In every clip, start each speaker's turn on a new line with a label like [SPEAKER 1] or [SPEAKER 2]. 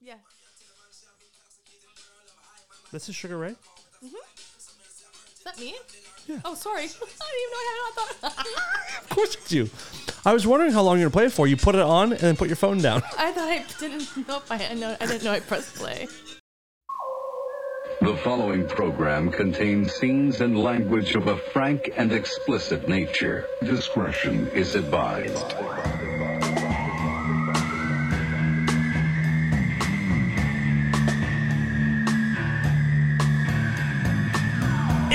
[SPEAKER 1] Yeah.
[SPEAKER 2] This is Sugar Ray?
[SPEAKER 1] Is that me?
[SPEAKER 2] Yeah.
[SPEAKER 1] Oh, sorry. I didn't even know I had it on. I
[SPEAKER 2] Of course you do. I was wondering how long you're going to play it for. You put it on and then put your phone down.
[SPEAKER 1] thought I, didn't know if I, I, know, I didn't know I pressed play.
[SPEAKER 3] The following program contains scenes and language of a frank and explicit nature. Discretion is advised.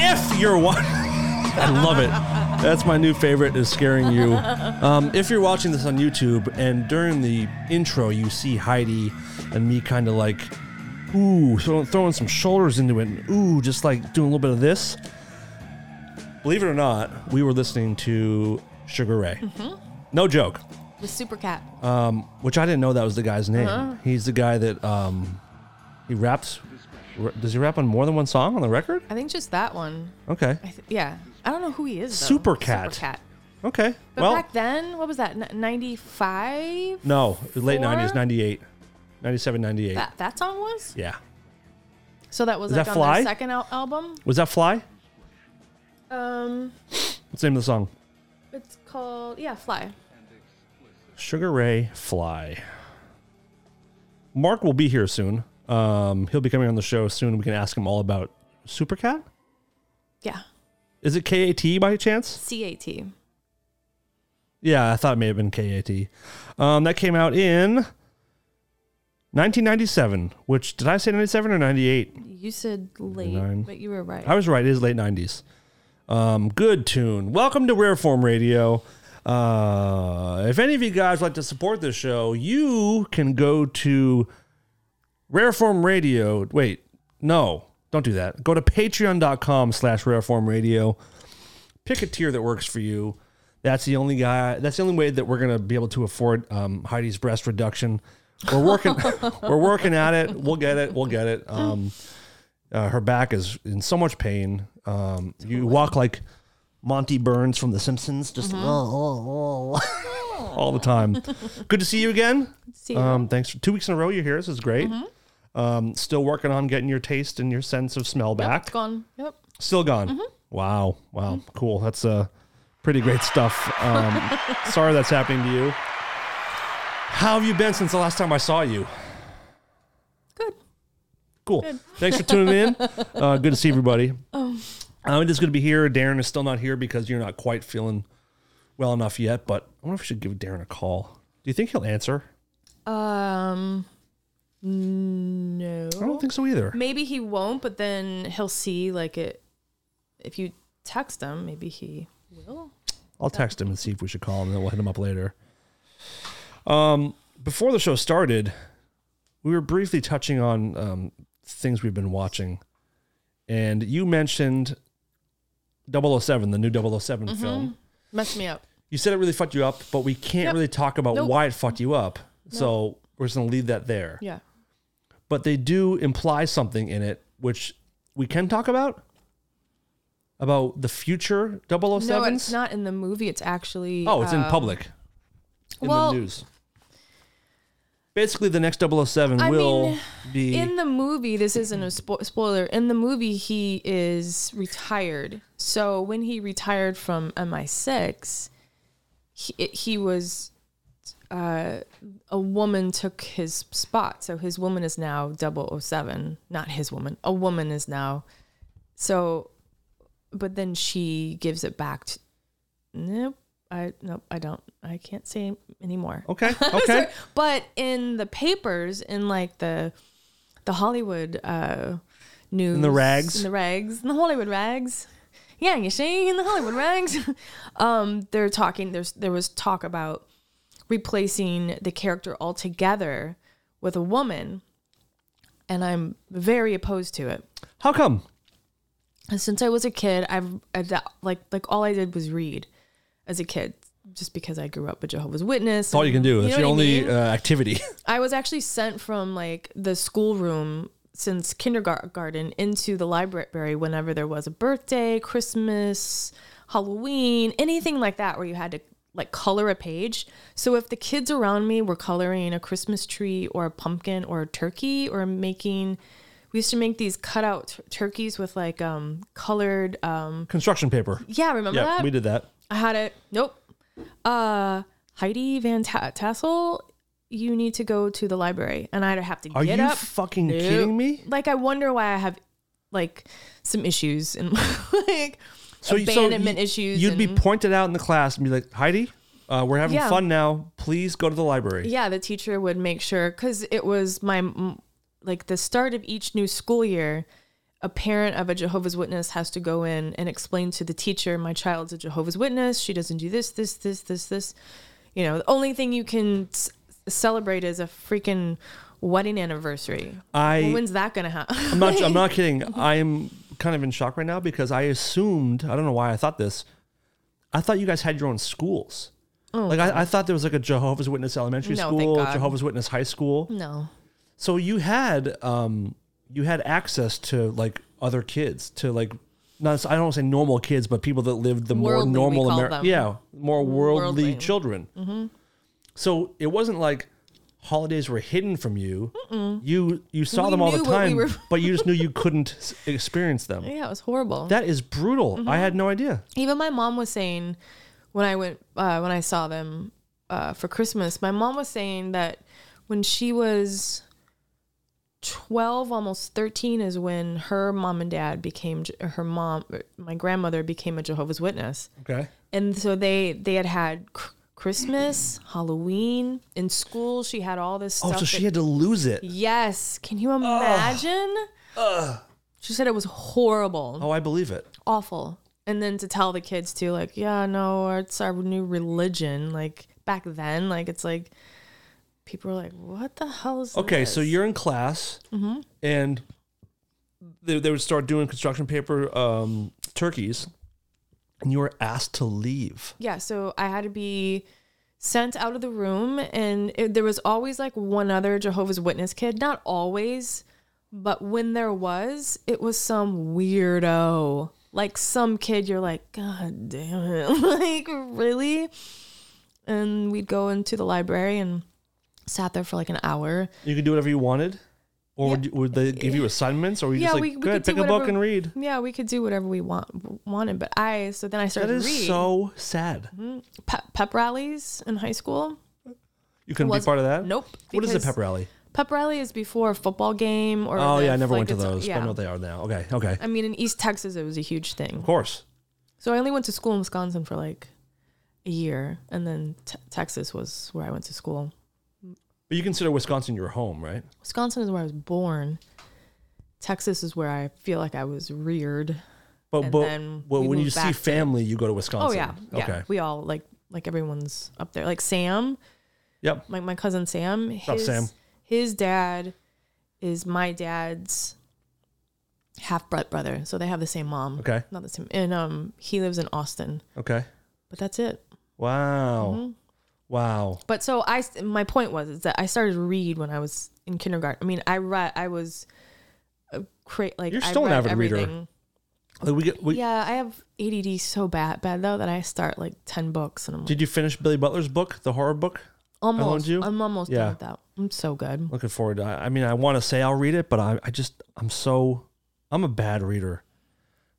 [SPEAKER 2] If you're watching. I love it. That's my new favorite is scaring you. Um, if you're watching this on YouTube and during the intro you see Heidi and me kind of like, ooh, throw- throwing some shoulders into it, and ooh, just like doing a little bit of this. Believe it or not, we were listening to Sugar Ray. No joke.
[SPEAKER 1] With Super Cat.
[SPEAKER 2] which I didn't know that was the guy's name.
[SPEAKER 1] Uh-huh.
[SPEAKER 2] He's the guy that um, he raps. r- Does he rap on more than one song on the record?
[SPEAKER 1] I think just that one.
[SPEAKER 2] Okay,
[SPEAKER 1] I th- yeah. I don't know who he is, though.
[SPEAKER 2] Super Cat.
[SPEAKER 1] Super Cat.
[SPEAKER 2] okay.
[SPEAKER 1] But
[SPEAKER 2] well,
[SPEAKER 1] back then, what was that? N- 95?
[SPEAKER 2] no, late
[SPEAKER 1] Four?
[SPEAKER 2] nineties, 98, 97, 98.
[SPEAKER 1] That, that song was?
[SPEAKER 2] Yeah,
[SPEAKER 1] So that was
[SPEAKER 2] Is
[SPEAKER 1] like
[SPEAKER 2] that
[SPEAKER 1] on
[SPEAKER 2] Fly?
[SPEAKER 1] their second al- album?
[SPEAKER 2] was that Fly?
[SPEAKER 1] Um,
[SPEAKER 2] What's the name of the song?
[SPEAKER 1] It's called, yeah, Fly.
[SPEAKER 2] Sugar Ray Fly. Mark will be here soon. Um, he'll be coming on the show soon. We can ask him all about Supercat.
[SPEAKER 1] Yeah.
[SPEAKER 2] Is it K A T by chance?
[SPEAKER 1] CAT.
[SPEAKER 2] Yeah, I thought it may have been KAT. Um, that came out in 1997, which did I say 97 or 98?
[SPEAKER 1] You said late,
[SPEAKER 2] Nine.
[SPEAKER 1] but you were right.
[SPEAKER 2] I was right, it is late 90s. Um, good tune. Welcome to Rare Form Radio. Uh, if any of you guys would like to support this show, you can go to Rareform Radio. Wait, no, don't do that. Go to patreon.com slash rareform radio. Pick a tier that works for you. That's the only guy. That's the only way that we're gonna be able to afford um, Heidi's breast reduction. We're working. we're working at it. We'll get it. We'll get it. Um, uh, her back is in so much pain. Um, You walk like Monty Burns from The Simpsons, just
[SPEAKER 1] Mm-hmm.
[SPEAKER 2] oh, all the time. Good to see you again.
[SPEAKER 1] See you.
[SPEAKER 2] Um, thanks for two weeks in a row. You're here. This is great. Um, still working on getting your taste and your sense of smell back.
[SPEAKER 1] It's gone. Yep. Mm-hmm.
[SPEAKER 2] Still gone. Wow. Wow. Cool. That's uh, pretty great stuff. Um, sorry that's happening to you. How have you been since the last time I saw you?
[SPEAKER 1] Good.
[SPEAKER 2] Cool. Thanks for tuning in. Uh, good to see everybody. I'm just going to be here. Darren is still not here because you're not quite feeling well enough yet. But I wonder if we should give Darren a call. Do you think he'll answer?
[SPEAKER 1] Um, no.
[SPEAKER 2] I don't think so either.
[SPEAKER 1] Maybe he won't, but then he'll see like it. If you text him, maybe he will.
[SPEAKER 2] I'll text him and see if we should call him, and then we'll hit him up later. Um, before the show started, we were briefly touching on um, things we've been watching, and you mentioned 007, the new 7 film.
[SPEAKER 1] Mess me up.
[SPEAKER 2] You said it really fucked you up, but we can't
[SPEAKER 1] Yep.
[SPEAKER 2] really talk about
[SPEAKER 1] Nope.
[SPEAKER 2] why it fucked you up. So we're just gonna leave that there.
[SPEAKER 1] Yeah.
[SPEAKER 2] But they do imply something in it, which we can talk about about the future 007s.
[SPEAKER 1] No, it's not in the movie. It's actually.
[SPEAKER 2] Oh, it's in
[SPEAKER 1] um,
[SPEAKER 2] public. In
[SPEAKER 1] well-
[SPEAKER 2] the news. Basically, the next 007
[SPEAKER 1] I
[SPEAKER 2] will
[SPEAKER 1] mean,
[SPEAKER 2] be.
[SPEAKER 1] In the movie, this isn't a spo- spoiler. In the movie, he is retired. So when he retired from MI6, he, he was uh, a woman took his spot. So his woman is now 007, not his woman. A woman is now. So, but then she gives it back. To, nope. I nope. I don't. I can't say anymore.
[SPEAKER 2] okay, okay.
[SPEAKER 1] But in the papers, in like the the Hollywood uh, news,
[SPEAKER 2] In the rags?
[SPEAKER 1] in the rags, in the Hollywood rags. Yeah, you see, in the Hollywood rags. um, they're talking. There's there was talk about replacing the character altogether with a woman, and I'm very opposed to it.
[SPEAKER 2] How come?
[SPEAKER 1] And since I was a kid, I've ad- like like all I did was read as a kid, just because I grew up a Jehovah's Witness.
[SPEAKER 2] That's all you can do. That's
[SPEAKER 1] know
[SPEAKER 2] your
[SPEAKER 1] what I
[SPEAKER 2] only
[SPEAKER 1] mean?
[SPEAKER 2] uh, activity.
[SPEAKER 1] I was actually sent from like the schoolroom since kindergarten into the library whenever there was a birthday, Christmas, Halloween, anything like that where you had to like color a page. So if the kids around me were coloring a Christmas tree or a pumpkin or a turkey or making we used to make these cutout t- turkeys with like um colored um
[SPEAKER 2] Construction paper.
[SPEAKER 1] yeah, remember
[SPEAKER 2] Yeah,
[SPEAKER 1] that?
[SPEAKER 2] we did that.
[SPEAKER 1] I had it. Nope. Uh, Heidi Van Ta- Tassel, you need to go to the library, and I'd have to
[SPEAKER 2] Are
[SPEAKER 1] get
[SPEAKER 2] you
[SPEAKER 1] up.
[SPEAKER 2] fucking kidding me?
[SPEAKER 1] Like, I wonder why I have like some issues and like abandonment
[SPEAKER 2] you-
[SPEAKER 1] issues.
[SPEAKER 2] You'd be
[SPEAKER 1] and-
[SPEAKER 2] pointed out in the class and be like, Heidi, uh, we're having
[SPEAKER 1] Yeah.
[SPEAKER 2] fun now. Please go to the library.
[SPEAKER 1] yeah. The teacher would make sure because it was my m- like the start of each new school year. A parent of a Jehovah's Witness has to go in and explain to the teacher, my child's a Jehovah's Witness. She doesn't do this, this, this, this, this. you know, the only thing you can s- celebrate is a freaking wedding anniversary.
[SPEAKER 2] I
[SPEAKER 1] When's that gonna happen?
[SPEAKER 2] I'm not, I'm not kidding. I'm kind of in shock right now because I assumed, I don't know why I thought this, I thought you guys had your own schools. like, I, I thought there was like a Jehovah's Witness elementary
[SPEAKER 1] Oh, No, thank
[SPEAKER 2] school,
[SPEAKER 1] God.
[SPEAKER 2] Jehovah's Witness high school.
[SPEAKER 1] no.
[SPEAKER 2] So you had, um, you had access to like other kids, to like, not, I don't want to say normal kids, but people that lived the
[SPEAKER 1] Worldly, we
[SPEAKER 2] more normal,
[SPEAKER 1] call
[SPEAKER 2] Ameri-
[SPEAKER 1] them.
[SPEAKER 2] yeah, more worldly,
[SPEAKER 1] Worldly. Mm-hmm.
[SPEAKER 2] children. So it wasn't like holidays were hidden from you. You you saw
[SPEAKER 1] We
[SPEAKER 2] them all the
[SPEAKER 1] knew what we
[SPEAKER 2] time,
[SPEAKER 1] were-
[SPEAKER 2] but you just knew you couldn't s- experience them.
[SPEAKER 1] Yeah, Mm-hmm. it was horrible.
[SPEAKER 2] That is brutal. I had no idea.
[SPEAKER 1] Even my mom was saying when I went uh, when I saw them uh, for Christmas, my mom was saying that when she was twelve, almost thirteen, is when her mom and dad became Je- her mom. My grandmother became a Jehovah's Witness.
[SPEAKER 2] Okay.
[SPEAKER 1] and so they they had had cr- Christmas, Halloween in school. She had all this
[SPEAKER 2] Oh,
[SPEAKER 1] stuff.
[SPEAKER 2] so she
[SPEAKER 1] that-
[SPEAKER 2] had to lose it.
[SPEAKER 1] yes. Can you imagine? She said it was horrible,
[SPEAKER 2] Oh, I believe it.
[SPEAKER 1] awful, and then to tell the kids too, like, yeah, no, it's our new religion. Like back then, like it's like people were like, what the hell is
[SPEAKER 2] Okay,
[SPEAKER 1] this?
[SPEAKER 2] so you're in class,
[SPEAKER 1] Mm-hmm.
[SPEAKER 2] and they, they would start doing construction paper um, turkeys, and you were asked to leave.
[SPEAKER 1] yeah so i had to be sent out of the room and it, there was always like one other jehovah's witness kid not always but when there was it was some weirdo like some kid you're like god damn it like really and we'd go into the library and sat there for like an hour
[SPEAKER 2] You could do whatever you wanted, or would, you, would they give you assignments, or were you just like, good, pick a book and read?
[SPEAKER 1] yeah we could do whatever we want wanted but i so then i
[SPEAKER 2] That
[SPEAKER 1] started to
[SPEAKER 2] is
[SPEAKER 1] read Mm-hmm.
[SPEAKER 2] so sad.
[SPEAKER 1] pep, pep rallies in high school
[SPEAKER 2] You couldn't be
[SPEAKER 1] Was-
[SPEAKER 2] part of that.
[SPEAKER 1] nope,
[SPEAKER 2] What is a
[SPEAKER 1] because-
[SPEAKER 2] pep rally?
[SPEAKER 1] pep rally is before a football game or
[SPEAKER 2] Oh
[SPEAKER 1] the-
[SPEAKER 2] yeah, I never
[SPEAKER 1] like,
[SPEAKER 2] went to
[SPEAKER 1] it's-
[SPEAKER 2] those. but I
[SPEAKER 1] yeah.
[SPEAKER 2] know what they are now. Okay, okay,
[SPEAKER 1] I mean, in East Texas, it was a huge thing.
[SPEAKER 2] of course.
[SPEAKER 1] So I only went to school in Wisconsin for like a year, and then te- Texas was where I went to school.
[SPEAKER 2] But you consider Wisconsin your home, right?
[SPEAKER 1] Wisconsin is where I was born. Texas is where I feel like I was reared.
[SPEAKER 2] But
[SPEAKER 1] And
[SPEAKER 2] but
[SPEAKER 1] then
[SPEAKER 2] well,
[SPEAKER 1] we
[SPEAKER 2] when you
[SPEAKER 1] moved
[SPEAKER 2] see
[SPEAKER 1] back to-
[SPEAKER 2] family, you go to Wisconsin.
[SPEAKER 1] Oh yeah, yeah.
[SPEAKER 2] Okay.
[SPEAKER 1] We all like like everyone's up there. Like Sam,
[SPEAKER 2] Yep.
[SPEAKER 1] like my cousin Sam. His,
[SPEAKER 2] up, Sam?
[SPEAKER 1] His dad is my dad's half blood brother, so they have the same mom.
[SPEAKER 2] Okay.
[SPEAKER 1] Not the same. And um, he lives in Austin,
[SPEAKER 2] Okay.
[SPEAKER 1] but that's it.
[SPEAKER 2] Wow.
[SPEAKER 1] Mm-hmm.
[SPEAKER 2] Wow.
[SPEAKER 1] But so I, my point was is that I started to read when I was in kindergarten. I mean, I read, I was, a cra- like
[SPEAKER 2] You're
[SPEAKER 1] I
[SPEAKER 2] still an
[SPEAKER 1] read
[SPEAKER 2] avid reader.
[SPEAKER 1] everything.
[SPEAKER 2] Like we get. We,
[SPEAKER 1] Yeah, I have ADD so bad, bad though that I start like ten books and I'm like,
[SPEAKER 2] Did you finish Billy Butler's book, the horror book?
[SPEAKER 1] almost,
[SPEAKER 2] you?
[SPEAKER 1] I'm almost
[SPEAKER 2] Yeah.
[SPEAKER 1] done with that. I'm so good.
[SPEAKER 2] Looking forward. To, I I mean, I want to say I'll read it, but I, I just I'm so I'm a bad reader.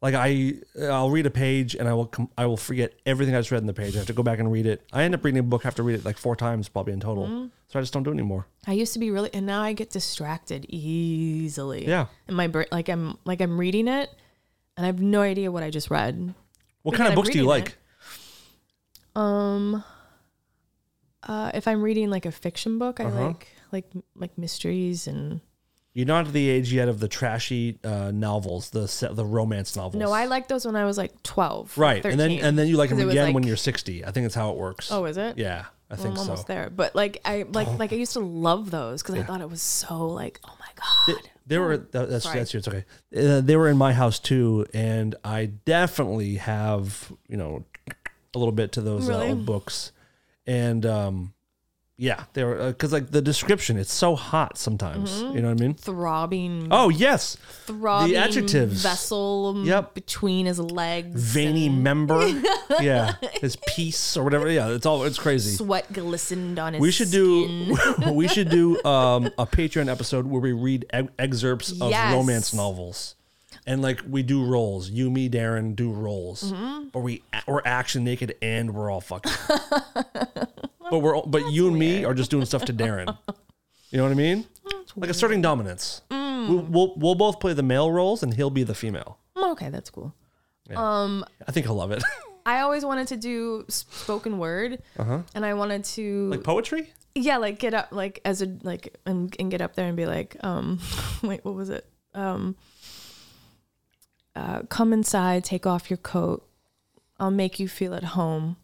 [SPEAKER 2] Like I I'll read a page and I will com- I will forget everything I just read in the page. I have to go back and read it. I end up reading a book, I have to read it like four times probably in total.
[SPEAKER 1] Mm-hmm.
[SPEAKER 2] So I just don't do it anymore.
[SPEAKER 1] I used to be really, and now I get distracted easily.
[SPEAKER 2] Yeah.
[SPEAKER 1] and my brain, like I'm, like I'm reading it, and I have no idea what I just read.
[SPEAKER 2] What
[SPEAKER 1] Because
[SPEAKER 2] kind of
[SPEAKER 1] I'm
[SPEAKER 2] books do you
[SPEAKER 1] reading
[SPEAKER 2] like?
[SPEAKER 1] it. Um, uh, if I'm reading like a fiction book, I like like like mysteries and
[SPEAKER 2] You're not at the age yet of the trashy uh, novels, the se- the romance novels.
[SPEAKER 1] no, I liked those when I was like twelve, or
[SPEAKER 2] right, and then
[SPEAKER 1] 13,
[SPEAKER 2] and then you like
[SPEAKER 1] 'cause
[SPEAKER 2] them
[SPEAKER 1] it was,
[SPEAKER 2] again when
[SPEAKER 1] like-
[SPEAKER 2] you're 60. I think that's how it works.
[SPEAKER 1] Oh, is it?
[SPEAKER 2] yeah, I
[SPEAKER 1] Well, I'm
[SPEAKER 2] think so. Oh.
[SPEAKER 1] almost there, but like I like like I used to love those because I thought it was so like oh my god.
[SPEAKER 2] Th- They were that, that's
[SPEAKER 1] sorry.
[SPEAKER 2] that's it's okay. Uh, they were in my house too, and I definitely have you know a little bit to those uh,
[SPEAKER 1] Really?
[SPEAKER 2] old books, and um, Yeah, they were because like the description, it's so hot sometimes.
[SPEAKER 1] Mm-hmm.
[SPEAKER 2] You know what I mean?
[SPEAKER 1] Throbbing,
[SPEAKER 2] Oh yes,
[SPEAKER 1] throbbing
[SPEAKER 2] adjectives.
[SPEAKER 1] vessel um,
[SPEAKER 2] Yep.
[SPEAKER 1] between his legs,
[SPEAKER 2] veiny member. yeah, his piece or whatever. Yeah, it's all it's crazy.
[SPEAKER 1] sweat glistened on his.
[SPEAKER 2] We should do we should do um, a Patreon episode where we read ex- excerpts of
[SPEAKER 1] Yes.
[SPEAKER 2] romance novels, and like we do roles. You, me, Darren do roles, but we we're action naked and we're all fucking. but we're all- but you and me are just doing stuff to Darren. You know what I mean? Like asserting dominance. We'll, we'll we'll both play the male roles and he'll be the female.
[SPEAKER 1] Mm, Okay, that's cool.
[SPEAKER 2] I think he'll love it.
[SPEAKER 1] I always wanted to do spoken word, and I wanted to
[SPEAKER 2] Uh-huh. like poetry.
[SPEAKER 1] yeah like get up like as a like and, and get up there and be like um wait what was it um uh come inside take off your coat i'll make you feel at home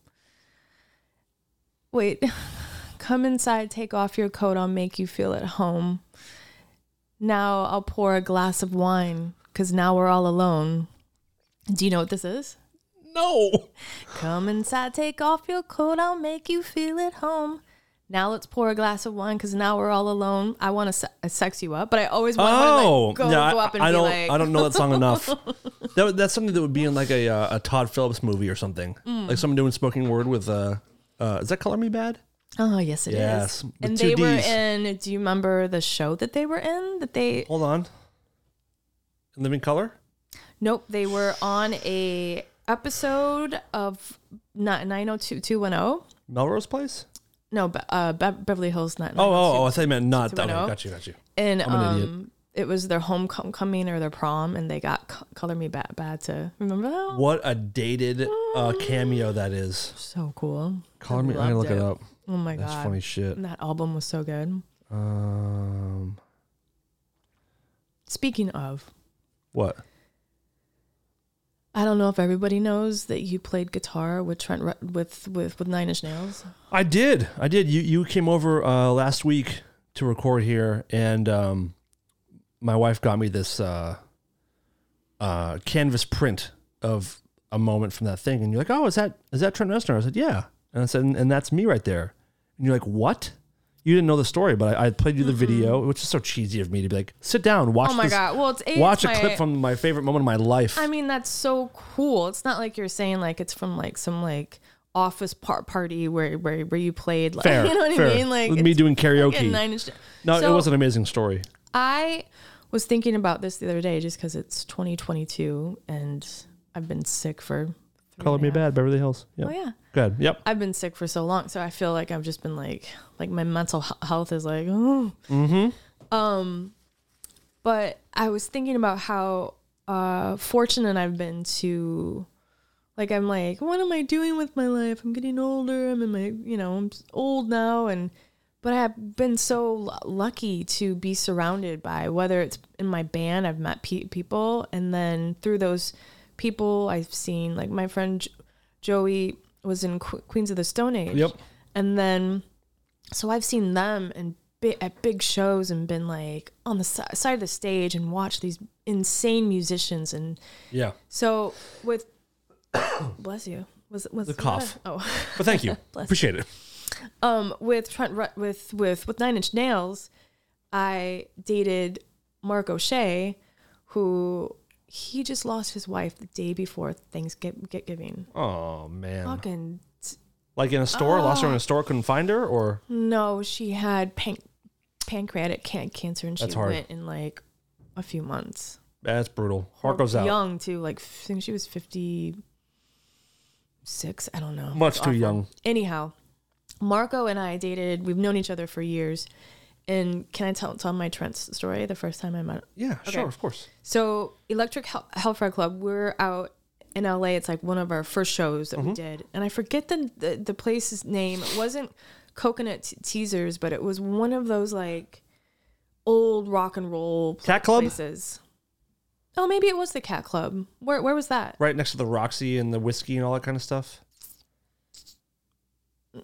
[SPEAKER 1] wait come inside take off your coat i'll make you feel at home now i'll pour a glass of wine because now we're all alone do you know what this is
[SPEAKER 2] No.
[SPEAKER 1] Come inside, take off your coat. I'll make you feel at home. Now let's pour a glass of wine because now we're all alone. I want to se- I sex you up, but I always want
[SPEAKER 2] Oh,
[SPEAKER 1] to like, go,
[SPEAKER 2] yeah,
[SPEAKER 1] go up and
[SPEAKER 2] I, I
[SPEAKER 1] be
[SPEAKER 2] don't,
[SPEAKER 1] like,
[SPEAKER 2] I don't know that song enough. that, would- that's something that would be in like a, uh, a Todd Phillips movie or something,
[SPEAKER 1] Hmm.
[SPEAKER 2] like someone doing spoken word with. Uh, uh, is that color me bad?
[SPEAKER 1] oh yes, it is.
[SPEAKER 2] Yes, with
[SPEAKER 1] And
[SPEAKER 2] two
[SPEAKER 1] they were
[SPEAKER 2] Ds.
[SPEAKER 1] in. Do you remember the show that they were in? That they
[SPEAKER 2] Hold on. Living color.
[SPEAKER 1] nope, they were on a episode of not nine hundred two two one zero.
[SPEAKER 2] Melrose Place.
[SPEAKER 1] No, Be- uh, Be- Beverly Hills not.
[SPEAKER 2] Oh, oh, oh, I thought you meant not.
[SPEAKER 1] two,
[SPEAKER 2] That. Okay,
[SPEAKER 1] one, oh.
[SPEAKER 2] got you, got you.
[SPEAKER 1] and
[SPEAKER 2] I'm an idiot.
[SPEAKER 1] um, it was their homecoming or their prom, and they got co- color me bad bad to remember that. one?
[SPEAKER 2] What a dated uh, cameo that is.
[SPEAKER 1] So cool.
[SPEAKER 2] Color me. I'm gonna
[SPEAKER 1] loved
[SPEAKER 2] look it,
[SPEAKER 1] it.
[SPEAKER 2] up.
[SPEAKER 1] Oh my
[SPEAKER 2] That's
[SPEAKER 1] god.
[SPEAKER 2] funny shit.
[SPEAKER 1] And that album was so good.
[SPEAKER 2] Um,
[SPEAKER 1] Speaking of,
[SPEAKER 2] what?
[SPEAKER 1] I don't know if everybody knows that you played guitar with Trent Re- with with with Nine Inch Nails.
[SPEAKER 2] I did. I did. You you came over uh, last week to record here, and um, my wife got me this uh, uh, canvas print of a moment from that thing. And you're like, "Oh, is that is that Trent Reznor?" I said, "Yeah." And I said, "And, and that's me right there." And you're like, "What?" You didn't know the story, but I, I played you the video, which is so cheesy of me to be like, "Sit down, watch."
[SPEAKER 1] Oh my
[SPEAKER 2] this-
[SPEAKER 1] god. Well, it's, it's
[SPEAKER 2] Watch a
[SPEAKER 1] my-
[SPEAKER 2] clip from my favorite moment of my life.
[SPEAKER 1] I mean, that's so cool. It's not like you're saying like it's from like some like office par- party where where where you played like
[SPEAKER 2] fair,
[SPEAKER 1] you know what
[SPEAKER 2] fair.
[SPEAKER 1] I mean? Like
[SPEAKER 2] me
[SPEAKER 1] it's
[SPEAKER 2] doing
[SPEAKER 1] fucking
[SPEAKER 2] karaoke.
[SPEAKER 1] Nine Inch.
[SPEAKER 2] no, it
[SPEAKER 1] So-
[SPEAKER 2] was an amazing story.
[SPEAKER 1] I was thinking about this the other day just cuz it's 2022 and I've been sick for three
[SPEAKER 2] Color
[SPEAKER 1] and
[SPEAKER 2] me
[SPEAKER 1] a half-
[SPEAKER 2] bad, Beverly Hills. Yeah.
[SPEAKER 1] Oh yeah.
[SPEAKER 2] Good. Yep.
[SPEAKER 1] I've been sick for so long, so I feel like I've just been like, like my mental he- health is like, oh. Mm-hmm. Um, but I was thinking about how uh, fortunate I've been to, like, I'm like, what am I doing with my life? I'm getting older. I'm in my, you know, I'm s- old now, and but I've been so lu- lucky to be surrounded by whether it's in my band, I've met pe- people, and then through those people, I've seen like my friend J- Joey was in Qu- Queens of the Stone Age.
[SPEAKER 2] Yep.
[SPEAKER 1] And then, so I've seen them and bi- at big shows and been like on the si- side of the stage and watched these insane musicians. And
[SPEAKER 2] Yeah.
[SPEAKER 1] so with, bless you. Was, was
[SPEAKER 2] The cough.
[SPEAKER 1] Oh.
[SPEAKER 2] But thank you. Appreciate it.
[SPEAKER 1] um, with Trent Ru- with with with Nine Inch Nails, I dated Mark O'Shea, who he just lost his wife the day before Thanksgiving.
[SPEAKER 2] Oh man.
[SPEAKER 1] Fucking t-
[SPEAKER 2] Like in a store, lost
[SPEAKER 1] Oh.
[SPEAKER 2] her in a store, couldn't find her, or eh,
[SPEAKER 1] no, she had pan- pancreatic can- cancer, and she
[SPEAKER 2] That's hard.
[SPEAKER 1] went in like a few months.
[SPEAKER 2] that's brutal. Heart goes out.
[SPEAKER 1] Young too, like I think she was fifty six. I don't know.
[SPEAKER 2] Much
[SPEAKER 1] It's
[SPEAKER 2] too
[SPEAKER 1] awful.
[SPEAKER 2] young.
[SPEAKER 1] Anyhow, Marco and I dated. We've known each other for years. And can I tell tell my Trent story? The first time I met.
[SPEAKER 2] Yeah, sure, of course.
[SPEAKER 1] So Electric Hel- Hellfire Club. We're out in LA. It's like one of our first shows
[SPEAKER 2] Mm-hmm.
[SPEAKER 1] that we did, and I forget the, the the place's name. It wasn't Coconut Te- Teasers, but it was one of those like old rock and roll pl-
[SPEAKER 2] Cat Club?
[SPEAKER 1] places. Oh, maybe it was the Cat Club. Where where was that?
[SPEAKER 2] Right next to the Roxy and the whiskey and all that kind of stuff.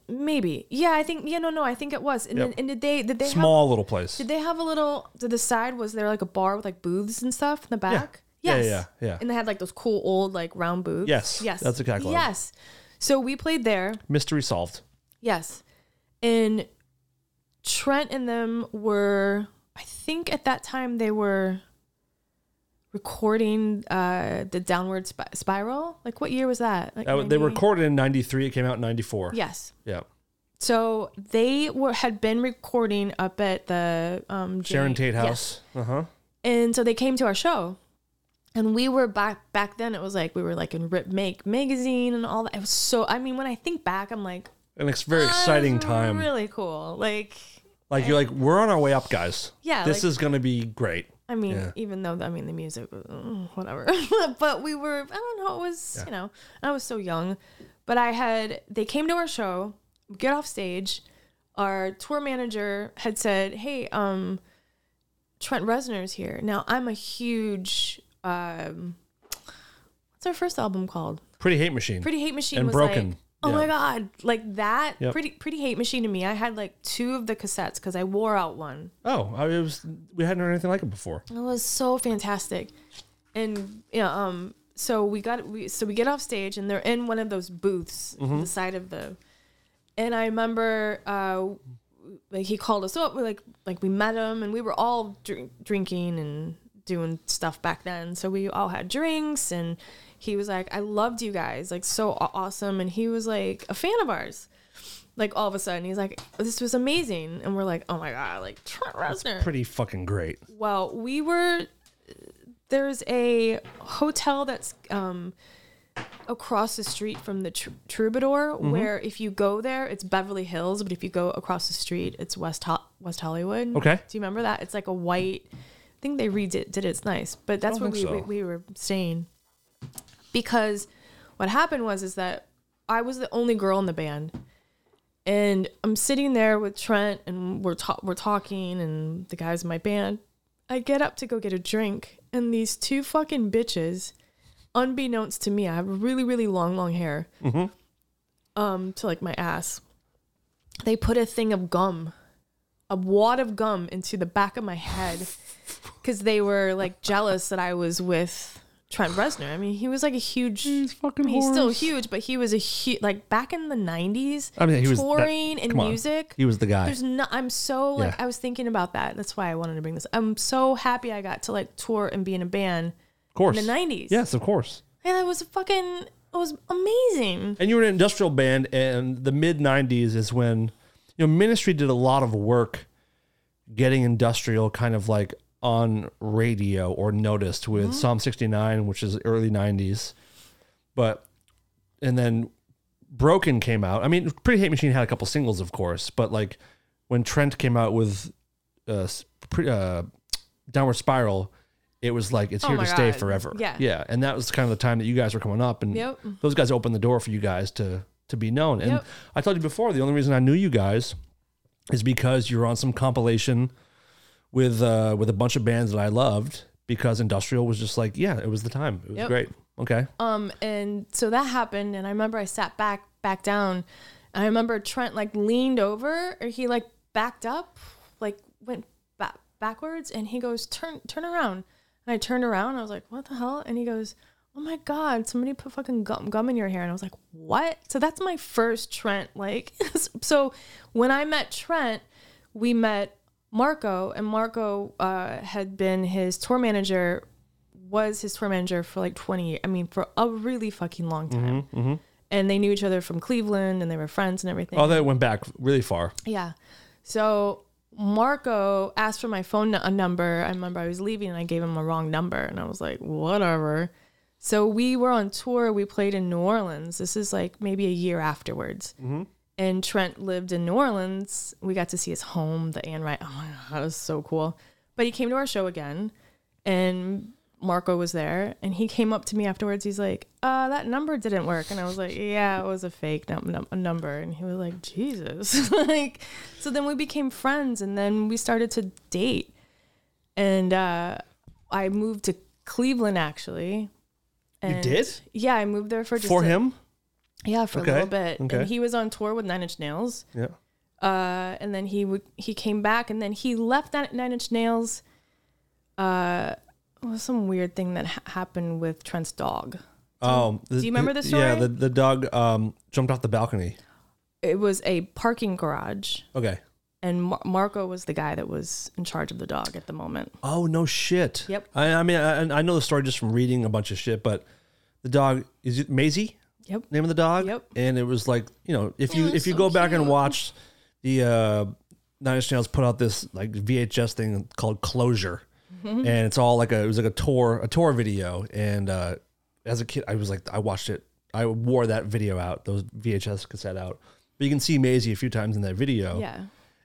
[SPEAKER 1] Maybe. Yeah, I think. Yeah, no, no, I think it was. And,
[SPEAKER 2] Yep.
[SPEAKER 1] then- and did they did they have-
[SPEAKER 2] Small little place.
[SPEAKER 1] Did they have a little to the side? Was there like a bar with like booths and stuff in the back?
[SPEAKER 2] Yeah,
[SPEAKER 1] Yes.
[SPEAKER 2] yeah, yeah, yeah.
[SPEAKER 1] And they had like those cool old like round booths.
[SPEAKER 2] Yes,
[SPEAKER 1] Yes.
[SPEAKER 2] that's a cat club.
[SPEAKER 1] Yes. So we played there.
[SPEAKER 2] Mystery solved.
[SPEAKER 1] Yes. And Trent and them were, I think at that time they were recording uh, the Downward Spi- Spiral. Like, what year was that? Like
[SPEAKER 2] That was- they
[SPEAKER 1] 90?
[SPEAKER 2] recorded in 93. It came out in 94.
[SPEAKER 1] Yes.
[SPEAKER 2] Yeah.
[SPEAKER 1] So they were had been recording up at the um,
[SPEAKER 2] Sharon
[SPEAKER 1] Jane-
[SPEAKER 2] Tate
[SPEAKER 1] yes.
[SPEAKER 2] House. Uh huh.
[SPEAKER 1] and so they came to our show and we were back back then it was like we were like in rip make magazine and all that it was so i mean when i think back i'm like
[SPEAKER 2] An ex- very
[SPEAKER 1] "That
[SPEAKER 2] exciting
[SPEAKER 1] was
[SPEAKER 2] time.
[SPEAKER 1] really cool like
[SPEAKER 2] like, you're like, we're on our way up, guys.
[SPEAKER 1] Yeah,
[SPEAKER 2] This
[SPEAKER 1] like-
[SPEAKER 2] is going to be great.
[SPEAKER 1] i mean
[SPEAKER 2] Yeah.
[SPEAKER 1] even though i mean the music was, mm, whatever but we were i don't know it was you know i was so young but i had they came to our show get off stage our tour manager had said hey um trent reznor's here now i'm a huge um what's our first album called
[SPEAKER 2] Pretty Hate Machine.
[SPEAKER 1] Pretty Hate Machine
[SPEAKER 2] And
[SPEAKER 1] was
[SPEAKER 2] Broken.
[SPEAKER 1] like, oh
[SPEAKER 2] Yeah.
[SPEAKER 1] my god, like that.
[SPEAKER 2] Yep.
[SPEAKER 1] Pretty Pretty Hate Machine to me, I had like two of the cassettes because I wore out one.
[SPEAKER 2] oh, I, it was, we hadn't heard anything like it before.
[SPEAKER 1] It was so fantastic, and yeah, um, so we got we so we get off stage and they're in one of those booths, the side of the, and I remember uh, like he called us up, we like like we met him and we were all drink, drinking and doing stuff back then, so we all had drinks and he was like, I loved you guys, like so aw- awesome, and he was like a fan of ours. Like all of a sudden, he's like, "This was amazing," and we're like, "Oh my god!" Like Trent Reznor.
[SPEAKER 2] Pretty fucking great.
[SPEAKER 1] Well, we were there's a hotel that's um, across the street from the tr- Troubadour, where if you go there, it's Beverly Hills, but if you go across the street, it's West Ho- West Hollywood.
[SPEAKER 2] Okay.
[SPEAKER 1] Do you remember that? It's like a white. I think they redid did it. It's nice, but that's where
[SPEAKER 2] don't
[SPEAKER 1] we,
[SPEAKER 2] think
[SPEAKER 1] we we
[SPEAKER 2] so.
[SPEAKER 1] were staying because what happened was is that I was the only girl in the band and I'm sitting there with Trent, and we're ta- we're talking, and the guys in my band. I get up to go get a drink, and these two fucking bitches, unbeknownst to me, I have really really long long hair,
[SPEAKER 2] Mm-hmm.
[SPEAKER 1] um, to like my ass. They put a thing of gum, a wad of gum, into the back of my head, because they were like jealous that I was with Trent Reznor. I mean, he was like a huge.
[SPEAKER 2] He's fucking
[SPEAKER 1] He's still
[SPEAKER 2] whores.
[SPEAKER 1] huge, but he was a huge like back in the '90s.
[SPEAKER 2] I mean, he was that-
[SPEAKER 1] touring and
[SPEAKER 2] come on.
[SPEAKER 1] music.
[SPEAKER 2] He was the guy.
[SPEAKER 1] There's no, I'm so like
[SPEAKER 2] Yeah.
[SPEAKER 1] I was thinking about that. That's why I wanted to bring this. I'm so happy I got to like tour and be in a band.
[SPEAKER 2] Of course.
[SPEAKER 1] in the 90s.
[SPEAKER 2] Yes, of course.
[SPEAKER 1] And it was fucking. It was amazing.
[SPEAKER 2] And you were in an industrial band, and the mid 90s is when, you know, ministry did a lot of work getting industrial kind of like on radio or noticed with
[SPEAKER 1] Mm-hmm.
[SPEAKER 2] Psalm 69, which is early 90s. But, and then Broken came out. I mean, Pretty Hate Machine had a couple singles, of course, but like when Trent came out with uh, s- pre- uh, Downward Spiral, it was like it's
[SPEAKER 1] Oh
[SPEAKER 2] here
[SPEAKER 1] my
[SPEAKER 2] to stay
[SPEAKER 1] God.
[SPEAKER 2] forever.
[SPEAKER 1] Yeah.
[SPEAKER 2] yeah, and that was kind of the time that you guys were coming up, and
[SPEAKER 1] Yep.
[SPEAKER 2] those guys opened the door for you guys to to be known. And
[SPEAKER 1] Yep.
[SPEAKER 2] I told you before, the only reason I knew you guys is because you were on some compilation with uh, with a bunch of bands that I loved. Because industrial was just like, yeah, it was the time. It was
[SPEAKER 1] Yep.
[SPEAKER 2] great. Okay,
[SPEAKER 1] Um, and so that happened, and I remember I sat back, back down. I remember Trent like leaned over, or he like backed up, like went back backwards, and he goes, "Turn, turn around." And I turned around, and I was like, "What the hell?" And he goes, "Oh my god, somebody put fucking gum, gum in your hair." And I was like, "What?" So that's my first Trent. Like, so when I met Trent, we met Marco, and Marco uh, had been his tour manager was his tour manager for like 20 years. I mean, for a really fucking long time. And they knew each other from Cleveland and they were friends and everything.
[SPEAKER 2] although it went back really far.
[SPEAKER 1] Yeah. So Marco asked for my phone n- number. I remember I was leaving and I gave him a wrong number and I was like, whatever. So we were on tour. We played in New Orleans. This is like maybe a year afterwards. And Trent lived in New Orleans. We got to see his home, the Anne Wright. Oh my God, that was so cool. But he came to our show again and Marco was there and he came up to me afterwards. He's like, uh, that number didn't work. And I was like, yeah, it was a fake num- num- a number. And he was like, Jesus. like, so then we became friends and then we started to date. And uh, I moved to Cleveland actually.
[SPEAKER 2] You did
[SPEAKER 1] Yeah, I moved there for just
[SPEAKER 2] for
[SPEAKER 1] a-
[SPEAKER 2] him.
[SPEAKER 1] Yeah, for
[SPEAKER 2] Okay,
[SPEAKER 1] a little bit.
[SPEAKER 2] okay.
[SPEAKER 1] And he was on tour with Nine Inch Nails
[SPEAKER 2] Yeah.
[SPEAKER 1] uh, and then he would he came back and then he left that Nine Inch Nails. Uh, was some weird thing that ha- happened with Trent's dog.
[SPEAKER 2] Um,
[SPEAKER 1] do you remember the
[SPEAKER 2] Yeah,
[SPEAKER 1] story?
[SPEAKER 2] the, the dog um, jumped off the balcony.
[SPEAKER 1] It was a parking garage,
[SPEAKER 2] Okay.
[SPEAKER 1] and Mar- Marco was the guy that was in charge of the dog at the moment.
[SPEAKER 2] Oh no shit.
[SPEAKER 1] Yep.
[SPEAKER 2] I, I mean, I, I know the story just from reading a bunch of shit, but the dog is it Maisie?
[SPEAKER 1] Yep.
[SPEAKER 2] Name of the dog.
[SPEAKER 1] Yep. Oh,
[SPEAKER 2] And it was like you know if you if you go back and watch the uh, Nine Inch Nails put out this like VHS thing called Closure,
[SPEAKER 1] Mm-hmm.
[SPEAKER 2] and it's all like a it was like a tour a tour video. And uh, as a kid, I was like I watched it. I wore that video out, those VHS cassette out. But you can see Maisie a few times in that video.
[SPEAKER 1] Yeah.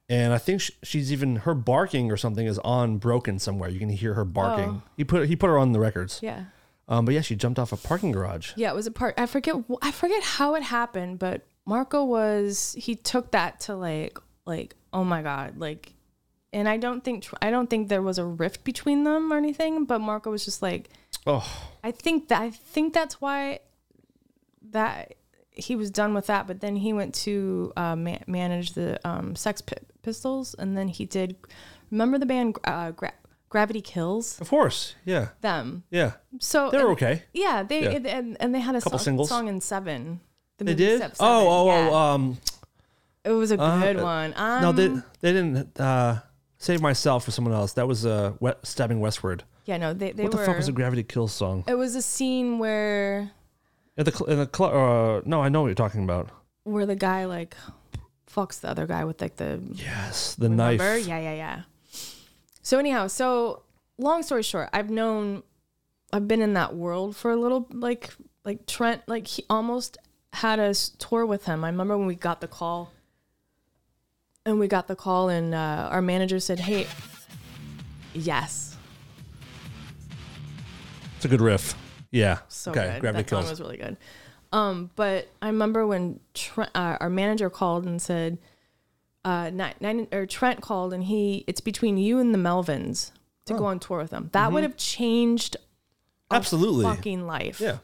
[SPEAKER 2] and I think sh she's even her barking or something is on broken somewhere. You can hear her barking. He put he put her on the records.
[SPEAKER 1] Oh. Yeah.
[SPEAKER 2] Um, but yeah, she jumped off a parking garage.
[SPEAKER 1] Yeah, it was a part. I forget. wh- I forget how it happened, but Marco was he took that to like like oh my god like, and I don't think tr- I don't think there was a rift between them or anything. But Marco was just like
[SPEAKER 2] Oh,
[SPEAKER 1] I think that I think that's why that he was done with that. But then he went to uh, ma- manage the um, Sex Pi Pistols, and then he did. Remember the band uh, Gra- Gravity Kills?
[SPEAKER 2] of course. Yeah,
[SPEAKER 1] Them.
[SPEAKER 2] yeah.
[SPEAKER 1] So
[SPEAKER 2] They're
[SPEAKER 1] and-
[SPEAKER 2] okay.
[SPEAKER 1] yeah, they
[SPEAKER 2] Yeah.
[SPEAKER 1] And, and and they had a
[SPEAKER 2] Couple
[SPEAKER 1] song,
[SPEAKER 2] singles.
[SPEAKER 1] song in seven. The
[SPEAKER 2] They
[SPEAKER 1] movie
[SPEAKER 2] did.
[SPEAKER 1] Step Seven,
[SPEAKER 2] Oh, oh,
[SPEAKER 1] yeah.
[SPEAKER 2] oh. Um,
[SPEAKER 1] it was a
[SPEAKER 2] uh,
[SPEAKER 1] good one. Um,
[SPEAKER 2] no, they they didn't. Uh, save myself for someone else. That was uh, wet, stabbing westward.
[SPEAKER 1] yeah, no, they they
[SPEAKER 2] What the
[SPEAKER 1] were.
[SPEAKER 2] fuck was a Gravity Kills song?
[SPEAKER 1] it was a scene where
[SPEAKER 2] At the cl- in the cl- uh, no, I know what you're talking about.
[SPEAKER 1] where the guy like fucks the other guy with like the
[SPEAKER 2] Yes, the
[SPEAKER 1] Remember?
[SPEAKER 2] knife.
[SPEAKER 1] Yeah, yeah, yeah. So anyhow, so long story short, I've known, I've been in that world for a little, like like Trent, like he almost had a s- tour with him. I remember when we got the call, and we got the call, and uh, our manager said, "Hey, yes,
[SPEAKER 2] It's a good riff. Yeah.
[SPEAKER 1] so
[SPEAKER 2] okay.
[SPEAKER 1] good.
[SPEAKER 2] Gravity
[SPEAKER 1] that
[SPEAKER 2] Kills.
[SPEAKER 1] song was really good. Um, but I remember when Trent, uh, our manager called and said, uh, nine, nine, or Trent called and he, it's between you and the Melvins to
[SPEAKER 2] Oh.
[SPEAKER 1] go on tour with them. That would have changed
[SPEAKER 2] Mm-hmm. Absolutely.
[SPEAKER 1] fucking life.
[SPEAKER 2] yeah.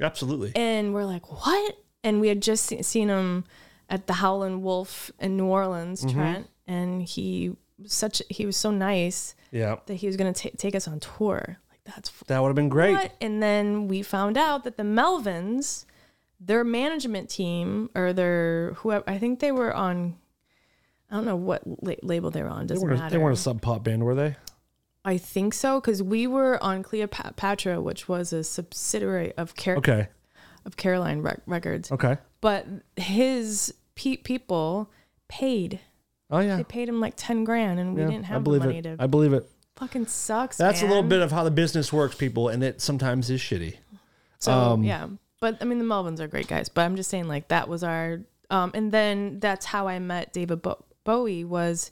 [SPEAKER 2] Absolutely.
[SPEAKER 1] And we're like, what? And we had just se- seen him at the Howlin' Wolf in New Orleans,
[SPEAKER 2] Mm-hmm.
[SPEAKER 1] Trent, and he was such he was so nice
[SPEAKER 2] yeah.
[SPEAKER 1] that he was going to take us on tour. Like that's
[SPEAKER 2] That would have been great.
[SPEAKER 1] what? And then we found out that the Melvins, their management team or their whoever, I think they were on, I don't know what la- label they were on.
[SPEAKER 2] They
[SPEAKER 1] Doesn't
[SPEAKER 2] weren't, a-
[SPEAKER 1] matter.
[SPEAKER 2] they weren't a sub pop band, were they?
[SPEAKER 1] I think so because we were on Cleopatra, which was a subsidiary of Car-
[SPEAKER 2] Okay.
[SPEAKER 1] of Caroline Rec- Records.
[SPEAKER 2] Okay.
[SPEAKER 1] But his pe- people paid.
[SPEAKER 2] Oh yeah.
[SPEAKER 1] They paid him like ten grand, and we
[SPEAKER 2] Yeah,
[SPEAKER 1] didn't
[SPEAKER 2] I
[SPEAKER 1] have the
[SPEAKER 2] believe
[SPEAKER 1] money
[SPEAKER 2] it.
[SPEAKER 1] to.
[SPEAKER 2] I believe it.
[SPEAKER 1] fucking sucks.
[SPEAKER 2] That's a little
[SPEAKER 1] man.
[SPEAKER 2] bit of how the business works, people, and it sometimes is shitty.
[SPEAKER 1] So yeah, but I mean the Melvins are great guys. But I'm just saying like that was our um, and then that's how I met David Bo- Bowie was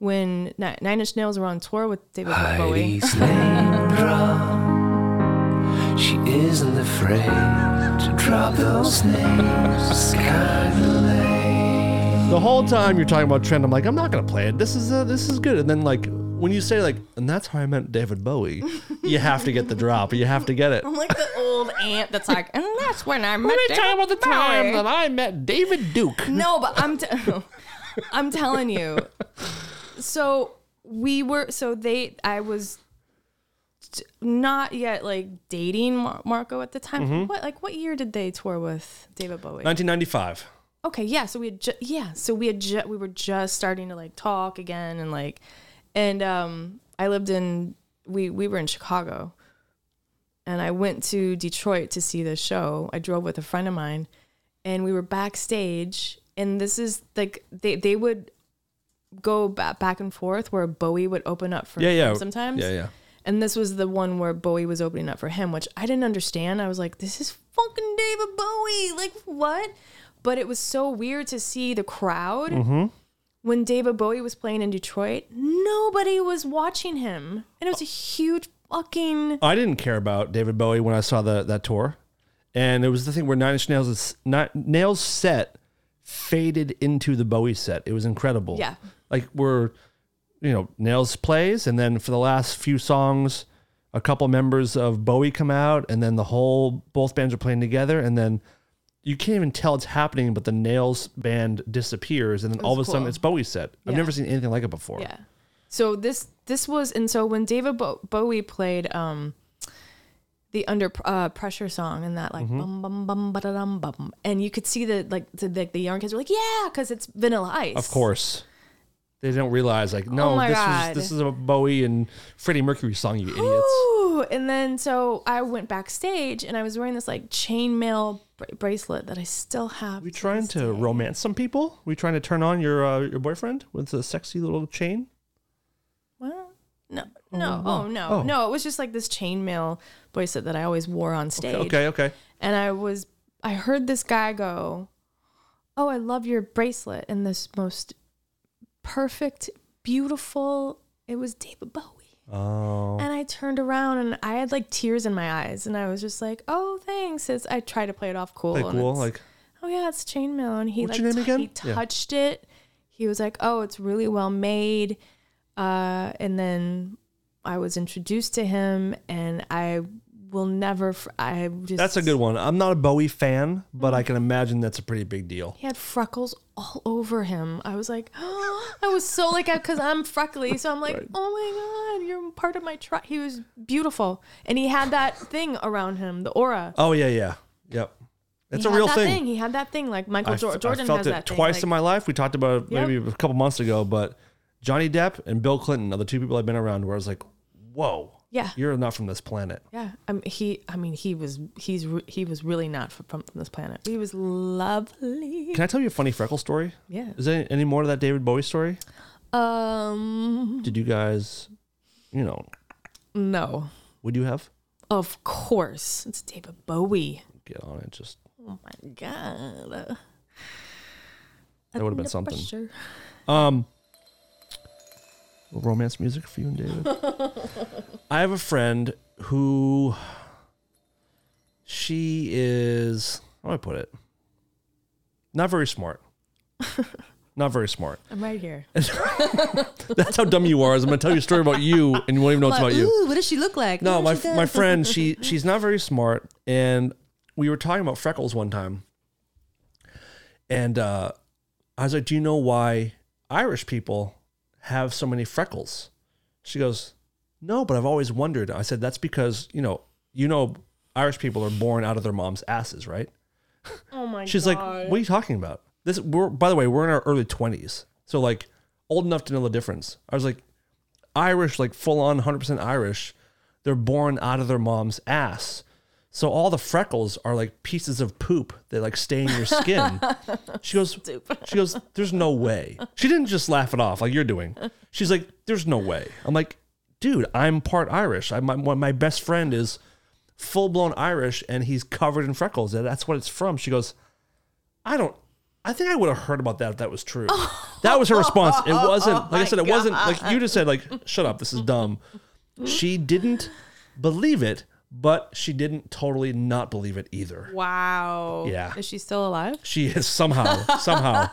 [SPEAKER 1] when Ni- Nine Inch Nails were on tour with David Bowie.
[SPEAKER 4] Heidi's lame bra. She isn't afraid to drop those names. Kinda lame.
[SPEAKER 2] The whole time you're talking about Trent, I'm like, I'm not gonna play it. This is uh, this is good. And then like when you say like, and that's how I meant David Bowie, you have to get the drop. You have to get it.
[SPEAKER 1] I'm like the old aunt that's like, and that's when I met David Bowie.
[SPEAKER 2] I met David Duke.
[SPEAKER 1] No, but I'm t- I'm telling you. So we were so they I was t- not yet like dating Mar- Marco at the time. What like what year did they tour with David Bowie?
[SPEAKER 2] 1995.
[SPEAKER 1] okay yeah so we had ju- yeah so we had ju- we were just starting to like talk again and like and um i lived in we we were in chicago and i went to detroit to see the show i drove with a friend of mine and we were backstage and this is like they they would go ba- back and forth where bowie would open up for
[SPEAKER 2] Yeah, yeah.
[SPEAKER 1] him sometimes
[SPEAKER 2] Yeah, yeah.
[SPEAKER 1] and this was the one where Bowie was opening up for him, which I didn't understand. I was like, this is fucking David Bowie. Like, what? But it was so weird to see the crowd. When David Bowie was playing in Detroit, nobody was watching him. And it was a huge fucking.
[SPEAKER 2] I didn't care about David Bowie when I saw the, that tour, and it was the thing where Nine Inch Nails is not Nails set faded into the Bowie set. It was incredible.
[SPEAKER 1] Yeah.
[SPEAKER 2] like we're you know Nails plays, and then for the last few songs, a couple members of Bowie come out, and then the whole both bands are playing together, and then you can't even tell it's happening, but the Nails band disappears, and then all of a
[SPEAKER 1] cool.
[SPEAKER 2] sudden it's Bowie set. I've
[SPEAKER 1] Yeah.
[SPEAKER 2] never seen anything like it before.
[SPEAKER 1] Yeah. So this this was and so when David Bo- Bowie played um the under uh, pressure song and that like bum bum bum ba da dum bum and you could see the like the, the, the young kids were like yeah because it's Vanilla Ice
[SPEAKER 2] Of course. They don't realize like no,
[SPEAKER 1] Oh my
[SPEAKER 2] this
[SPEAKER 1] God.
[SPEAKER 2] was this is a Bowie and Freddie Mercury song. You idiots.
[SPEAKER 1] Ooh, and then so I went backstage and I was wearing this like chainmail br- bracelet that I still have.
[SPEAKER 2] We trying
[SPEAKER 1] this
[SPEAKER 2] to
[SPEAKER 1] day.
[SPEAKER 2] romance some people? We trying to turn on your uh, your boyfriend with a sexy little chain?
[SPEAKER 1] What? No, no,
[SPEAKER 2] oh,
[SPEAKER 1] oh, no,
[SPEAKER 2] oh.
[SPEAKER 1] no. It was just like this chainmail bracelet that I always wore on stage.
[SPEAKER 2] Okay, okay.
[SPEAKER 1] And I was, I heard this guy go, "Oh, I love your bracelet," and this most perfect, beautiful. It was David Bowie.
[SPEAKER 2] Oh,
[SPEAKER 1] And I turned around and I had like tears in my eyes, and I was just like, "Oh, thanks." It's, I tried to play it off cool.
[SPEAKER 2] like
[SPEAKER 1] and
[SPEAKER 2] cool.
[SPEAKER 1] it's-
[SPEAKER 2] Like
[SPEAKER 1] oh yeah, it's chainmail. And he
[SPEAKER 2] What's
[SPEAKER 1] like
[SPEAKER 2] your name
[SPEAKER 1] t-
[SPEAKER 2] again?
[SPEAKER 1] he
[SPEAKER 2] Yeah.
[SPEAKER 1] touched it. He was like, Oh, it's really well made. Uh, and then I was introduced to him and I will never fr- I just
[SPEAKER 2] that's a good one. I'm not a Bowie fan, but
[SPEAKER 1] Mm-hmm.
[SPEAKER 2] I can imagine that's a pretty big deal.
[SPEAKER 1] he had freckles all over him. I was like, oh, I was so like, because I'm freckly. So I'm like, oh my God, you're part of my tribe. He was beautiful. And he had that thing around him, the aura.
[SPEAKER 2] Oh yeah, yeah, yep. It's
[SPEAKER 1] He
[SPEAKER 2] a
[SPEAKER 1] had
[SPEAKER 2] real
[SPEAKER 1] that
[SPEAKER 2] thing.
[SPEAKER 1] He had that thing. Like Michael
[SPEAKER 2] I
[SPEAKER 1] Jor-
[SPEAKER 2] f- I
[SPEAKER 1] Jordan
[SPEAKER 2] felt
[SPEAKER 1] has
[SPEAKER 2] it
[SPEAKER 1] that thing,
[SPEAKER 2] twice
[SPEAKER 1] like-
[SPEAKER 2] in my life. We talked about it maybe a couple months ago, but Johnny Depp and Bill Clinton are the two people I've been around where I was like, whoa,
[SPEAKER 1] Yeah.
[SPEAKER 2] you're not from this planet.
[SPEAKER 1] Yeah, I mean, he. I mean, he was. He's. re- He was really not from, from this planet. He was lovely.
[SPEAKER 2] Can I tell you a funny freckle story?
[SPEAKER 1] Yeah.
[SPEAKER 2] Is there any more to that David Bowie story?
[SPEAKER 1] Um.
[SPEAKER 2] Did you guys, you know,
[SPEAKER 1] No.
[SPEAKER 2] would you have?
[SPEAKER 1] Of course, it's David Bowie.
[SPEAKER 2] Get on it. Just
[SPEAKER 1] Oh my god.
[SPEAKER 2] that would have been something.
[SPEAKER 1] Sure.
[SPEAKER 2] Um, little romance music for you and David. I have a friend who she is. How do I put it? Not very smart. Not very smart.
[SPEAKER 1] I'm right here.
[SPEAKER 2] That's how dumb you are. Is I'm going to tell you a story about you, and you won't even know it's about you.
[SPEAKER 1] Uh, what does she look like?
[SPEAKER 2] No, my my friend, she she's not very smart, and we were talking about freckles one time, and uh, I was like, "Do you know why Irish people have so many freckles?" She goes, "No, but I've always wondered." I said, "That's because you know, you know, Irish people are born out of their mom's asses, right?"
[SPEAKER 1] Oh my.
[SPEAKER 2] She's like, "What are you talking about?" This we're by the way, we're in our early twenties, so like old enough to know the difference. I was like, Irish, like full on, hundred percent Irish. They're born out of their mom's ass, so all the freckles are like pieces of poop that like stain your skin. she goes, she goes, "There's no way." She didn't just laugh it off like you're doing. She's like, "There's no way." I'm like, "Dude, I'm part Irish. I, my my best friend is." full blown Irish and he's covered in freckles. And that's what it's from. She goes, I don't. I think I would have heard about that if that was true. that was her response. It wasn't like I said. It wasn't like you just said. Like shut up. This is dumb. She didn't believe it, but she didn't totally not believe it either.
[SPEAKER 1] Wow.
[SPEAKER 2] Yeah.
[SPEAKER 1] Is she still alive?
[SPEAKER 2] She is somehow somehow.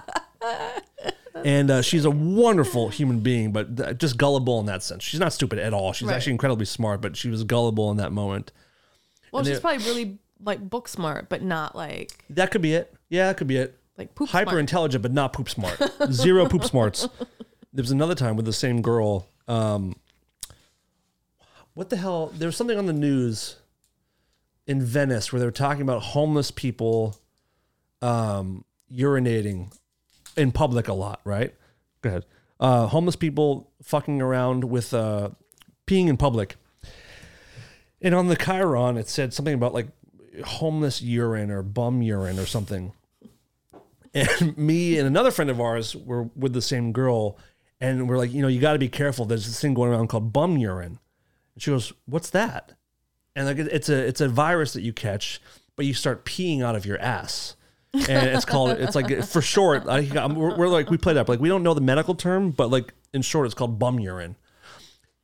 [SPEAKER 2] And uh, she's a wonderful human being, but th- just gullible in that sense. She's not stupid at all. She's
[SPEAKER 1] Right.
[SPEAKER 2] actually incredibly smart, but she was gullible in that moment.
[SPEAKER 1] Well,
[SPEAKER 2] And
[SPEAKER 1] she's
[SPEAKER 2] they-
[SPEAKER 1] probably really like book smart, but not like
[SPEAKER 2] That could be it. Yeah, that could be it.
[SPEAKER 1] like poop
[SPEAKER 2] hyper
[SPEAKER 1] smart.
[SPEAKER 2] intelligent, but not poop smart. Zero poop smarts. There was another time with the same girl. Um, what the hell? There was something on the news in Venice where they were talking about homeless people um, urinating in public a lot, right? Go ahead. Uh, homeless people fucking around with uh, peeing in public. And on the Chiron, it said something about like homeless urine or bum urine or something and me and another friend of ours were with the same girl, and we're like, you know, you got to be careful. There's this thing going around called bum urine. And she goes, "What's that?" And like, it's a it's a virus that you catch, but you start peeing out of your ass, and it's called it's like for short. I, I'm, we're, we're like we played up like we don't know the medical term, but like in short, it's called bum urine.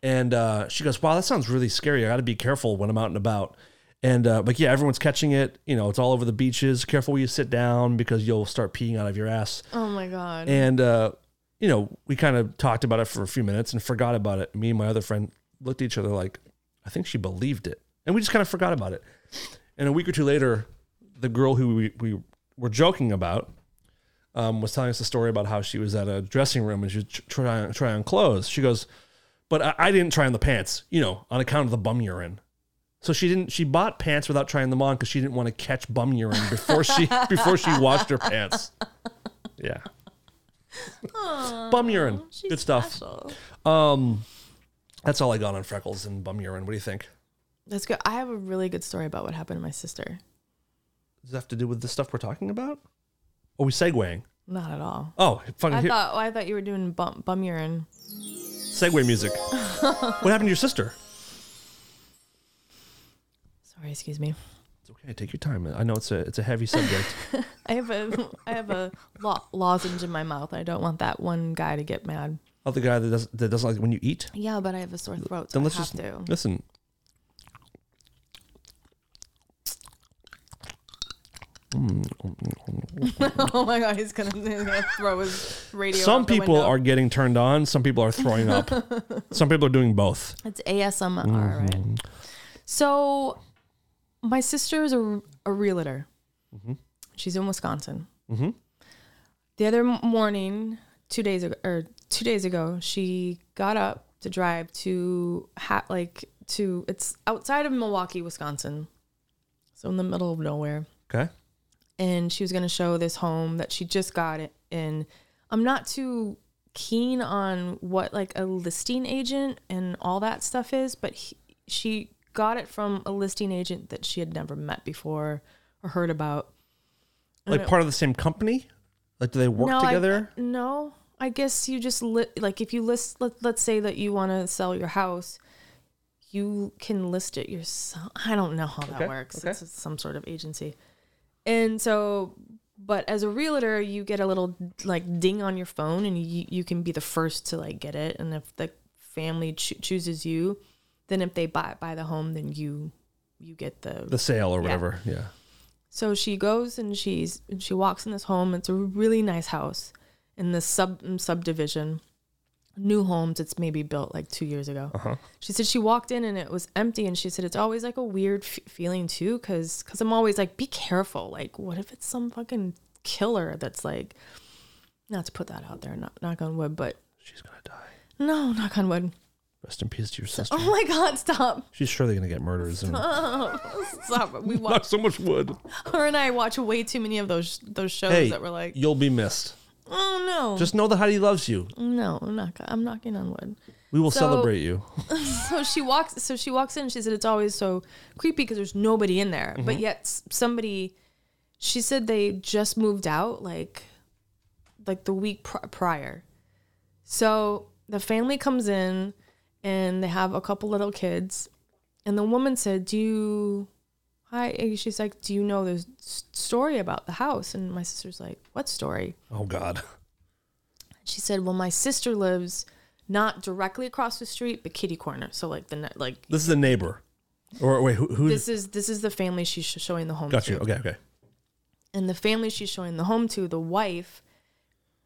[SPEAKER 2] And uh, she goes, "Wow, that sounds really scary. I got to be careful when I'm out and about." And uh, like, yeah, everyone's catching it. You know, it's all over the beaches. Careful where you sit down because you'll start peeing out of your ass.
[SPEAKER 1] Oh my god.
[SPEAKER 2] And uh, you know, we kind of talked about it for a few minutes and forgot about it. Me and my other friend looked at each other like, I think she believed it, and we just kind of forgot about it. And a week or two later, the girl who we, we were joking about um, was telling us a story about how she was at a dressing room and she was tr- trying try on clothes. She goes, "But I, I didn't try on the pants, you know, on account of the bum urine." So she didn't. She bought pants without trying them on because she didn't want to catch bum urine before she before she washed her pants. Yeah. Bum urine. Good stuff.
[SPEAKER 1] Special.
[SPEAKER 2] Um, that's all I got on freckles and bum urine. What do you think?
[SPEAKER 1] That's good. I have a really good story about what happened to my sister.
[SPEAKER 2] Does that have to do with the stuff we're talking about? Are we segueing?
[SPEAKER 1] Not at all.
[SPEAKER 2] Oh, fucking
[SPEAKER 1] I
[SPEAKER 2] here,
[SPEAKER 1] thought. Oh, I thought you were doing bum, bum urine.
[SPEAKER 2] segue music. what happened to your sister?
[SPEAKER 1] Sorry, excuse me.
[SPEAKER 2] It's okay. Take your time. I know it's a it's a heavy subject.
[SPEAKER 1] I have a I have a lo- lozenge in my mouth. I don't want that one guy to get mad.
[SPEAKER 2] Not the guy that doesn't that doesn't like when you eat.
[SPEAKER 1] Yeah, but I have a sore throat. So
[SPEAKER 2] Then let's
[SPEAKER 1] I have
[SPEAKER 2] just
[SPEAKER 1] to.
[SPEAKER 2] listen.
[SPEAKER 1] oh my god, he's gonna, he's gonna throw his radio.
[SPEAKER 2] Some
[SPEAKER 1] out the
[SPEAKER 2] people
[SPEAKER 1] window.
[SPEAKER 2] are getting turned on. Some people are throwing up. some people are doing both.
[SPEAKER 1] It's ASMR, right? So, my sister is a, a realtor. She's in Wisconsin. The other m- morning, two days ago, or two days ago, she got up to drive to hat like to it's outside of Milwaukee, Wisconsin, so in the middle of nowhere
[SPEAKER 2] Okay.
[SPEAKER 1] and she was going to show this home that she just got it and i'm not too keen on what like a listing agent and all that stuff is but he, she got it from a listing agent that she had never met before or heard about
[SPEAKER 2] Like part of the same company. Like do they work
[SPEAKER 1] I-
[SPEAKER 2] together?
[SPEAKER 1] I- no i guess you just li- like if you list let, let's say that you want to sell your house you can list it yourself i don't know how that
[SPEAKER 2] Okay,
[SPEAKER 1] works
[SPEAKER 2] okay.
[SPEAKER 1] it's some sort of agency and so but as a realtor you get a little like ding on your phone and you, you can be the first to like get it and if the family cho- chooses you then if they buy buy the home then you you get the
[SPEAKER 2] the sale or whatever. Yeah.
[SPEAKER 1] so she goes and she's and she walks in this home. It's a really nice house in this sub um, subdivision, new homes. It's maybe built like two years ago. She said she walked in and it was empty, and she said it's always like a weird f- feeling too, because because I'm always like, be careful. Like, what if it's some fucking killer that's like, not to put that out there, not knock on wood, but
[SPEAKER 2] She's gonna die.
[SPEAKER 1] no, knock on wood.
[SPEAKER 2] Rest in peace to your sister.
[SPEAKER 1] Oh my God, stop,
[SPEAKER 2] She's surely gonna get murdered soon.
[SPEAKER 1] stop. We watch
[SPEAKER 2] Not so much wood.
[SPEAKER 1] her and I watch way too many of those those shows
[SPEAKER 2] Hey,
[SPEAKER 1] that were like,
[SPEAKER 2] you'll be missed.
[SPEAKER 1] oh no,
[SPEAKER 2] Just know that Heidi loves you.
[SPEAKER 1] No, I'm not. go- I'm knocking on wood.
[SPEAKER 2] We will
[SPEAKER 1] So-
[SPEAKER 2] celebrate you.
[SPEAKER 1] So she walks. So she walks in. She said it's always so creepy because there's nobody in there, but yet s- somebody. She said they just moved out like, like the week pr- prior. So the family comes in, and they have a couple little kids, and the woman said, "Do you?" Hi, and she's like, "Do you know this s- story about the house?" And my sister's like, "What story?"
[SPEAKER 2] Oh God.
[SPEAKER 1] She said, "Well, my sister lives not directly across the street, but kitty corner. So like the ne- like
[SPEAKER 2] This is a neighbor. Or wait, who? who
[SPEAKER 1] this is this is the family she's sh- showing the home
[SPEAKER 2] got
[SPEAKER 1] to.
[SPEAKER 2] you? Okay, okay.
[SPEAKER 1] And the family she's showing the home to, the wife,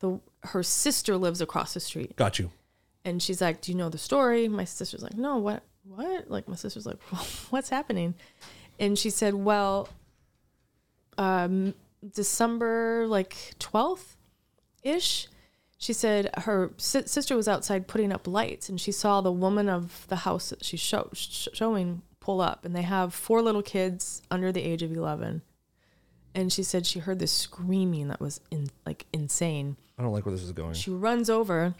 [SPEAKER 1] the her sister lives across the street.
[SPEAKER 2] Got you.
[SPEAKER 1] And she's like, "Do you know the story?" My sister's like, "No, what what?" Like my sister's like, "What's happening?" And she said, "Well, um December like 12th, ish. She said her si- sister was outside putting up lights, and she saw the woman of the house that she's show- sh- showing pull up, and they have four little kids under the age of eleven. And she said she heard this screaming that was in, like insane.
[SPEAKER 2] I don't like where this is going.
[SPEAKER 1] She runs over,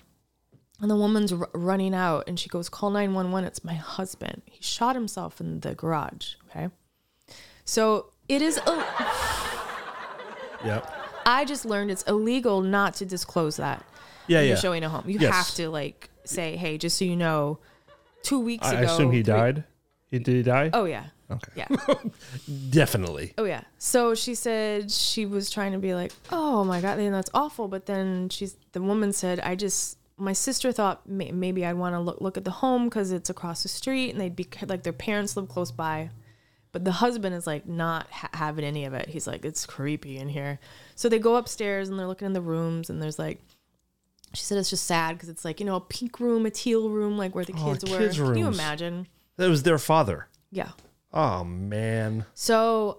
[SPEAKER 1] and the woman's r- running out, and she goes, "Call nine one one. It's my husband. He shot himself in the garage." Okay, so it is. A-
[SPEAKER 2] Yep.
[SPEAKER 1] I just learned it's illegal not to disclose that.
[SPEAKER 2] Yeah,
[SPEAKER 1] when
[SPEAKER 2] yeah.
[SPEAKER 1] you're showing a home. You
[SPEAKER 2] Yes.
[SPEAKER 1] have to like say, hey, just so you know, two weeks
[SPEAKER 2] I
[SPEAKER 1] ago.
[SPEAKER 2] assume he
[SPEAKER 1] three-
[SPEAKER 2] died. He did he die?
[SPEAKER 1] Oh yeah.
[SPEAKER 2] Okay.
[SPEAKER 1] Yeah.
[SPEAKER 2] Definitely.
[SPEAKER 1] Oh yeah. So she said she was trying to be like, oh my god, then that's awful. But then she's the woman said, I just my sister thought may, maybe I'd want to look look at the home because it's across the street and they'd be like their parents live close by. But the husband is like not ha- having any of it. He's like, it's creepy in here. So they go upstairs and they're looking in the rooms and there's like, she said it's just sad because it's like you know a pink room, a teal room, like where the
[SPEAKER 2] Oh,
[SPEAKER 1] kids were.
[SPEAKER 2] kids'
[SPEAKER 1] Can you
[SPEAKER 2] rooms.
[SPEAKER 1] imagine?
[SPEAKER 2] That was their father.
[SPEAKER 1] Yeah.
[SPEAKER 2] Oh man.
[SPEAKER 1] So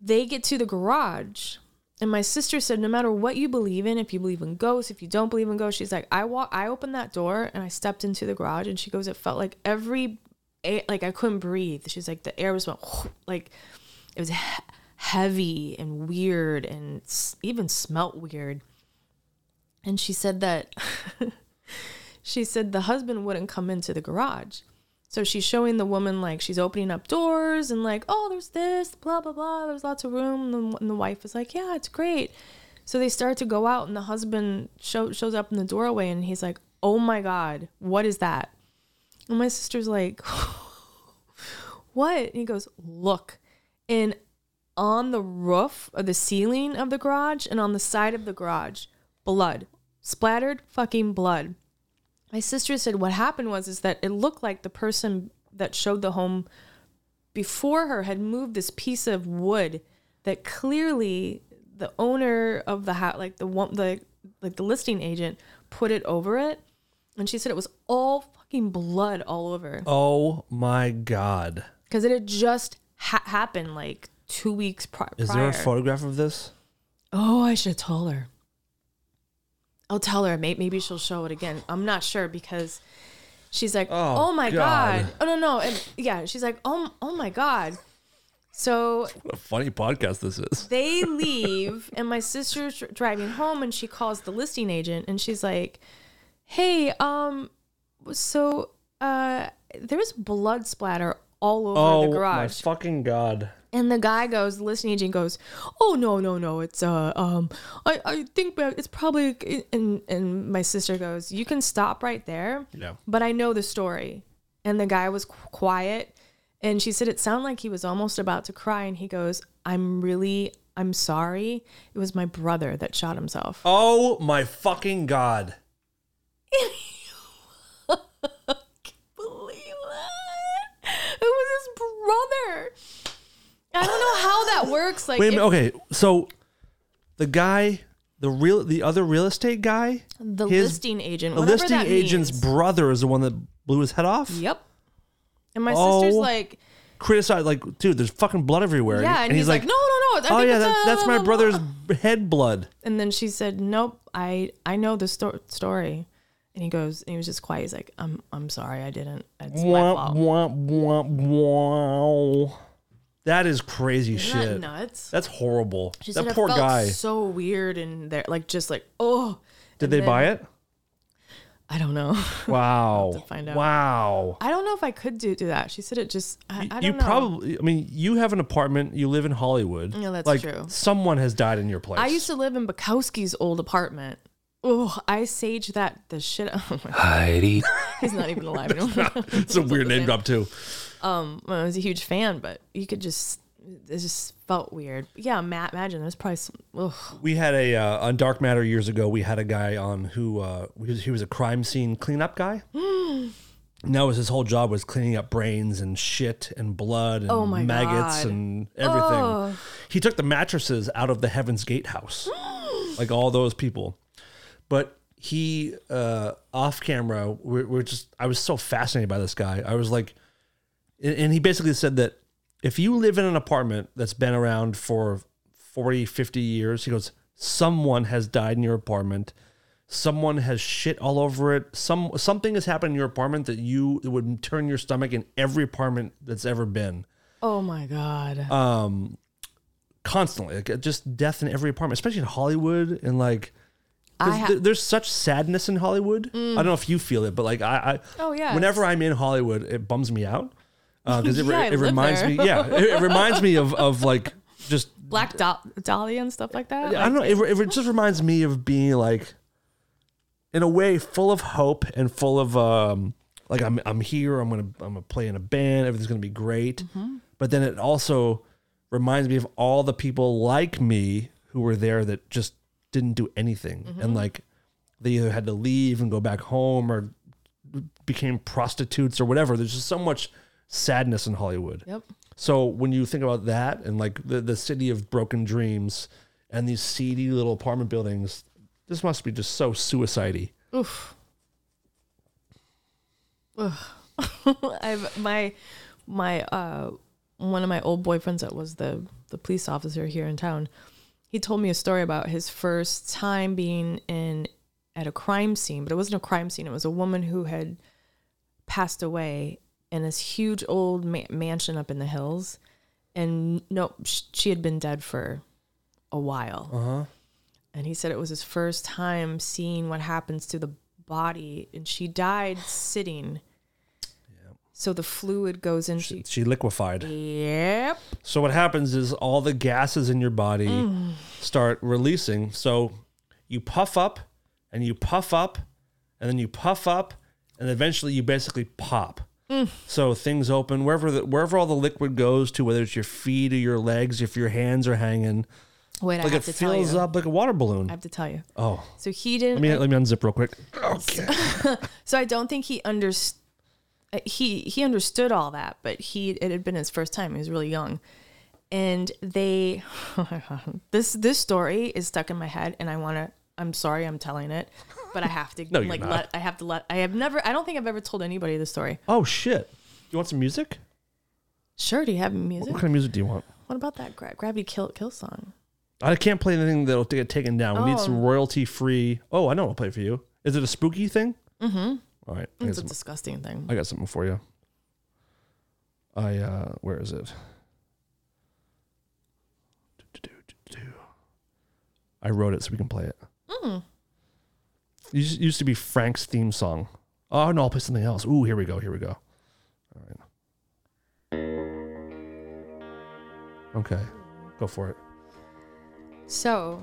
[SPEAKER 1] they get to the garage, and my sister said, No matter what you believe in, if you believe in ghosts, if you don't believe in ghosts, she's like, I walk, I opened that door and I stepped into the garage, and she goes, It felt like every, air, like I couldn't breathe. She's like, The air was went, like it was he- heavy and weird, and s- even smelt weird. And she said that she said the husband wouldn't come into the garage. So she's showing the woman like she's opening up doors and like, oh, there's this, blah, blah, blah. There's lots of room. And the, and the wife is like, yeah, it's great. So they start to go out and the husband show, shows up in the doorway and he's like, oh my God, what is that? And my sister's like, what? And he goes, look. And on the roof of the ceiling of the garage and on the side of the garage, blood, splattered fucking blood. My sister said what happened was is that it looked like the person that showed the home before her had moved this piece of wood that clearly the owner of the house, like the one, the like the listing agent, put it over it, and she said it was all fucking blood all over
[SPEAKER 2] Oh my God.
[SPEAKER 1] because it had just ha- happened like two weeks pri-
[SPEAKER 2] Is
[SPEAKER 1] prior.
[SPEAKER 2] there a photograph of this?
[SPEAKER 1] Oh, I should tell her. I'll tell her. Maybe, maybe she'll show it again. I'm not sure because she's like,
[SPEAKER 2] Oh,
[SPEAKER 1] "Oh, my
[SPEAKER 2] God.
[SPEAKER 1] god. Oh no, no, and yeah, she's like, "Oh, oh my god." So
[SPEAKER 2] What a funny podcast this is.
[SPEAKER 1] they leave, and my sister's dr- driving home, and she calls the listing agent, and she's like, "Hey, um, so uh, there's blood splatter all over the
[SPEAKER 2] Oh my
[SPEAKER 1] garage."
[SPEAKER 2] fucking God.
[SPEAKER 1] And the guy goes, the listening agent goes, "Oh no, no, no! It's uh, um, I, I think that it's probably." And and my sister goes, "You can stop right there."
[SPEAKER 2] Yeah.
[SPEAKER 1] But I know the story, and the guy was qu- quiet, and she said it sounded like he was almost about to cry, and he goes, "I'm really, I'm sorry. It was my brother that shot himself."
[SPEAKER 2] Oh my fucking God.
[SPEAKER 1] Believe that? It was his brother. I don't know how that works. Like,
[SPEAKER 2] Wait a
[SPEAKER 1] if
[SPEAKER 2] minute. Okay, so the guy, the real, the other real estate guy,
[SPEAKER 1] the
[SPEAKER 2] his-
[SPEAKER 1] listing agent,
[SPEAKER 2] the
[SPEAKER 1] whatever
[SPEAKER 2] listing
[SPEAKER 1] that
[SPEAKER 2] agent's
[SPEAKER 1] means.
[SPEAKER 2] brother is the one that blew his head off.
[SPEAKER 1] Yep. And my
[SPEAKER 2] Oh.
[SPEAKER 1] sister's like,
[SPEAKER 2] Criticized, like, dude, there's fucking blood everywhere.
[SPEAKER 1] yeah, and, he's, like, no, no, no. I
[SPEAKER 2] Oh
[SPEAKER 1] think
[SPEAKER 2] yeah,
[SPEAKER 1] it's
[SPEAKER 2] that,
[SPEAKER 1] a-
[SPEAKER 2] that's
[SPEAKER 1] blah,
[SPEAKER 2] my
[SPEAKER 1] blah,
[SPEAKER 2] brother's
[SPEAKER 1] blah."
[SPEAKER 2] head blood.
[SPEAKER 1] And then she said, nope, I I know the sto- story. And he goes, and he was just quiet. He's like, I'm I'm sorry, I didn't. It's my
[SPEAKER 2] Womp,
[SPEAKER 1] fault.
[SPEAKER 2] womp, womp, wow. That is crazy
[SPEAKER 1] Isn't that
[SPEAKER 2] shit.
[SPEAKER 1] nuts.
[SPEAKER 2] That's horrible.
[SPEAKER 1] She said
[SPEAKER 2] that
[SPEAKER 1] it
[SPEAKER 2] poor
[SPEAKER 1] felt
[SPEAKER 2] guy.
[SPEAKER 1] so weird in there, like just like oh.
[SPEAKER 2] Did they buy it?
[SPEAKER 1] I don't know.
[SPEAKER 2] Wow.
[SPEAKER 1] find out.
[SPEAKER 2] Wow.
[SPEAKER 1] I don't know if I could do do that. She said it just. I, I don't
[SPEAKER 2] you
[SPEAKER 1] know.
[SPEAKER 2] probably i mean you have an apartment you live in hollywood
[SPEAKER 1] Yeah, that's
[SPEAKER 2] like,
[SPEAKER 1] true.
[SPEAKER 2] someone has died in your place
[SPEAKER 1] I used to live in Bukowski's old apartment. Oh, I sage that the shit. Oh my,
[SPEAKER 4] Heidi.
[SPEAKER 1] he's not even alive anymore.
[SPEAKER 2] it's a weird name drop too
[SPEAKER 1] well, I was a huge fan, but you could just it just felt weird. But yeah, Matt, imagine there's probably some. Ugh.
[SPEAKER 2] we had a uh, on dark matter years ago we had a guy on who uh he was, he was a crime scene cleanup guy and that was his whole job was cleaning up brains and shit and blood and
[SPEAKER 1] Oh my
[SPEAKER 2] maggots
[SPEAKER 1] God.
[SPEAKER 2] and everything he took the mattresses out of the heaven's gate house like all those people but he uh off camera we're, we're just i was so fascinated by this guy i was like and, and he basically said that if you live in an apartment that's been around for 40 50 years he goes someone has died in your apartment someone has shit all over it some something has happened in your apartment that you it would turn your stomach in every apartment that's ever been
[SPEAKER 1] Oh my god.
[SPEAKER 2] constantly like uh, just death in every apartment especially in hollywood and like
[SPEAKER 1] I
[SPEAKER 2] there's,
[SPEAKER 1] ha- Mm.
[SPEAKER 2] there- there's such sadness in hollywood i don't know if you feel it but like i, I
[SPEAKER 1] Oh, yeah.
[SPEAKER 2] whenever i'm in hollywood it bums me out because it, re-
[SPEAKER 1] Yeah, I
[SPEAKER 2] it
[SPEAKER 1] live
[SPEAKER 2] reminds
[SPEAKER 1] there.
[SPEAKER 2] me yeah it, it reminds me of of like just
[SPEAKER 1] Black Dol- Dolly and stuff like that.
[SPEAKER 2] i don't know it, re- it re- just reminds me of being like in a way full of hope and full of um like i'm i'm here i'm gonna i'm gonna play in a band everything's gonna be great but then it also reminds me of all the people like me who were there that just didn't do anything and like they either had to leave and go back home or became prostitutes or whatever there's just so much sadness in hollywood
[SPEAKER 1] Yep.
[SPEAKER 2] so when you think about that and like the, the city of broken dreams and these seedy little apartment buildings this must be just so suicide
[SPEAKER 1] Oof. Ugh. I've my my uh one of my old boyfriends that was the the police officer here in town. He told me a story about his first time being in at a crime scene, but it wasn't a crime scene. It was a woman who had passed away in this huge old ma- mansion up in the hills, and no, sh- she had been dead for a while. and he said it was his first time seeing what happens to the body and she died sitting so the fluid goes in she,
[SPEAKER 2] She liquefied.
[SPEAKER 1] yep
[SPEAKER 2] So what happens is all the gases in your body
[SPEAKER 1] Mm.
[SPEAKER 2] start releasing. So you puff up and you puff up and then you puff up and eventually you basically pop.
[SPEAKER 1] Mm.
[SPEAKER 2] So things open wherever the, wherever all the liquid goes to, whether it's your feet or your legs, if your hands are hanging,
[SPEAKER 1] wait i
[SPEAKER 2] like it
[SPEAKER 1] have to tell
[SPEAKER 2] fills
[SPEAKER 1] you
[SPEAKER 2] up like a water balloon.
[SPEAKER 1] i have to tell you
[SPEAKER 2] oh,
[SPEAKER 1] so he didn't
[SPEAKER 2] let me let me unzip real quick. Okay.
[SPEAKER 1] So I don't think he understood. He he understood all that, but he it had been his first time. He was really young, and they this this story is stuck in my head, and I want to. I'm sorry, I'm telling it, but I have to.
[SPEAKER 2] No, you're
[SPEAKER 1] like
[SPEAKER 2] not.
[SPEAKER 1] let I have to let. I have never. I don't think I've ever told anybody this story.
[SPEAKER 2] Oh shit. You want some music?
[SPEAKER 1] Sure, do you have music?
[SPEAKER 2] What kind of music do you want?
[SPEAKER 1] What about that gra- gravity kill kill song?
[SPEAKER 2] I can't play anything that'll get taken down. We need some
[SPEAKER 1] Oh.
[SPEAKER 2] royalty free. Oh, I know I'll play for you. Is it a spooky thing? Mm-hmm. All right. I got,
[SPEAKER 1] It's a
[SPEAKER 2] some,
[SPEAKER 1] disgusting thing.
[SPEAKER 2] I got something for you. I, uh, where is it? I wrote it so we can play it. Mm. Used, used to be Frank's theme song. Oh, no, I'll play something else. Ooh, here we go. Here we go. All right. Okay. Go for it.
[SPEAKER 1] So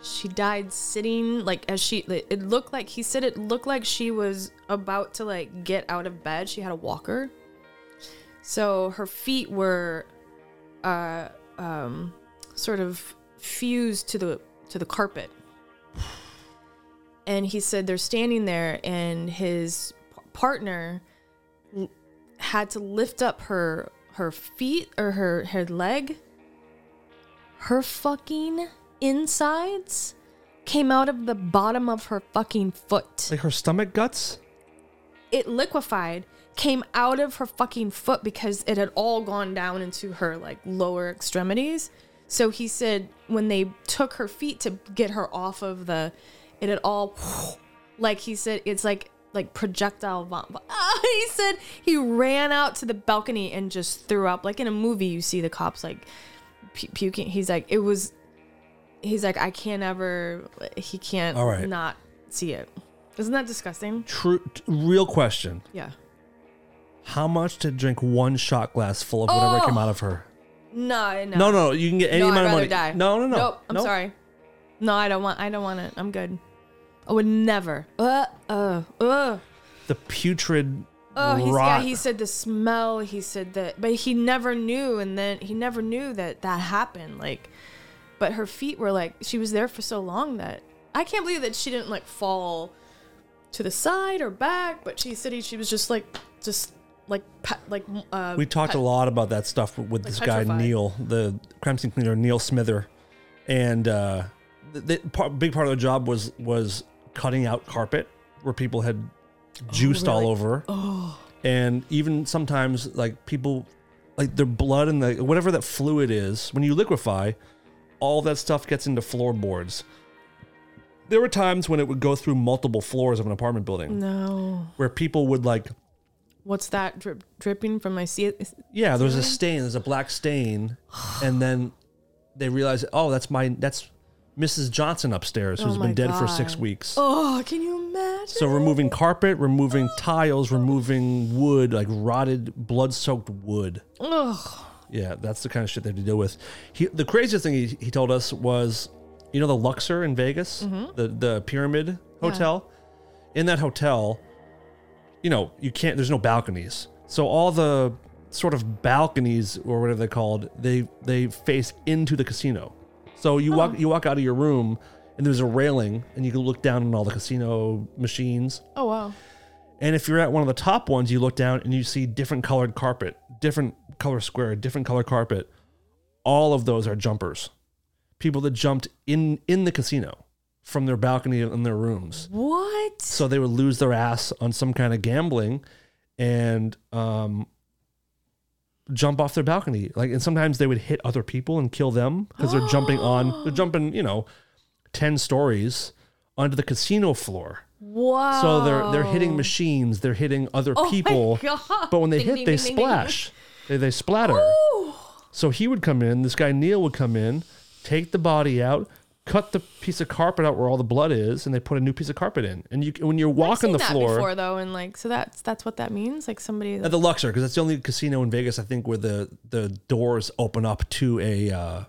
[SPEAKER 1] she died sitting like as she it looked like he said it looked like she was about to like get out of bed. She had a walker. So her feet were uh um sort of fused to the to the carpet. And he said they're standing there and his p- partner l- had to lift up her her feet or her her leg her fucking insides came out of the bottom of her fucking foot.
[SPEAKER 2] Like her stomach guts?
[SPEAKER 1] It liquefied, came out of her fucking foot because it had all gone down into her like lower extremities. So he said when they took her feet to get her off of the, it had all, like he said, it's like like projectile vom- Ah, he said he ran out to the balcony and just threw up like in a movie. You see the cops like pu- puking. He's like, it was. He's like, I can't ever. He can't
[SPEAKER 2] All right.
[SPEAKER 1] not see it. Isn't that disgusting?
[SPEAKER 2] True, t- real question.
[SPEAKER 1] Yeah.
[SPEAKER 2] How much to drink one shot glass full of whatever
[SPEAKER 1] Oh.
[SPEAKER 2] came out of her?
[SPEAKER 1] No, no.
[SPEAKER 2] No, no, you can get any
[SPEAKER 1] no,
[SPEAKER 2] amount
[SPEAKER 1] I'd
[SPEAKER 2] of
[SPEAKER 1] rather
[SPEAKER 2] money.
[SPEAKER 1] die.
[SPEAKER 2] No, no, no.
[SPEAKER 1] Nope. I'm
[SPEAKER 2] Nope.
[SPEAKER 1] sorry. No, I don't want. I don't want it. I'm good. I would never. Uh, uh, uh.
[SPEAKER 2] The putrid
[SPEAKER 1] Oh, he's, yeah.
[SPEAKER 2] rot.
[SPEAKER 1] He said the smell. He said that, but he never knew, and then he never knew that that happened. Like, but her feet were like she was there for so long that I can't believe that she didn't like fall to the side or back. But she said he, she was just like just like pat, like uh,
[SPEAKER 2] we talked a lot about that stuff with, with this guy
[SPEAKER 1] petrified.
[SPEAKER 2] Neil, the crime scene cleaner Neil Smither, and uh, the, the part, big part of the job was was cutting out carpet where people had juiced all
[SPEAKER 1] really?
[SPEAKER 2] over, and even sometimes like people like their blood and the whatever that fluid is when you liquefy, all that stuff gets into floorboards. There were times when it would go through multiple floors of an apartment
[SPEAKER 1] Mm.
[SPEAKER 2] building
[SPEAKER 1] no.
[SPEAKER 2] where people would like
[SPEAKER 1] What's that drip, dripping from my sea?
[SPEAKER 2] Yeah, there's a stain. There's a black stain, and then they realize, oh, that's my that's Mrs. Johnson upstairs who's
[SPEAKER 1] Oh my
[SPEAKER 2] been dead for six
[SPEAKER 1] God.
[SPEAKER 2] weeks.
[SPEAKER 1] Oh, can you imagine?
[SPEAKER 2] So removing carpet, removing tiles, removing wood, like rotted, blood-soaked wood.
[SPEAKER 1] Ugh.
[SPEAKER 2] Yeah, that's the kind of shit they had to deal with. He, the craziest thing he, he told us was, you know, the Luxor in Vegas, the the pyramid hotel. In that hotel, you know, you can't. There's no balconies, so all the sort of balconies or whatever they're called, they they face into the casino. So you walk you walk out of your room, and there's a railing, and you can look down on all the casino machines.
[SPEAKER 1] Oh wow.
[SPEAKER 2] And if you're at one of the top ones, you look down and you see different colored carpet, different color square, different color carpet. All of those are jumpers. People that jumped in in the casino from their balcony in their rooms.
[SPEAKER 1] What?
[SPEAKER 2] So they would lose their ass on some kind of gambling and um jump off their balcony. Like and sometimes they would hit other people and kill them because they're jumping on they're jumping, you know, 10 stories onto the casino floor.
[SPEAKER 1] Wow.
[SPEAKER 2] So they're they're hitting machines, they're hitting other
[SPEAKER 1] Oh my
[SPEAKER 2] people.
[SPEAKER 1] God.
[SPEAKER 2] But when they
[SPEAKER 1] Ding,
[SPEAKER 2] hit,
[SPEAKER 1] ding,
[SPEAKER 2] they
[SPEAKER 1] ding, ding, ding,
[SPEAKER 2] splash. They, they splatter. So he would come in. This guy Neil would come in, take the body out, cut the piece of carpet out where all the blood is, and they put a new piece of carpet in. And you, when you're
[SPEAKER 1] I've
[SPEAKER 2] walking
[SPEAKER 1] seen
[SPEAKER 2] the
[SPEAKER 1] that
[SPEAKER 2] floor
[SPEAKER 1] before though, and like so that's that's what that means. Like somebody
[SPEAKER 2] at the Luxor, because that's the only casino in Vegas I think where the the doors open up to a uh,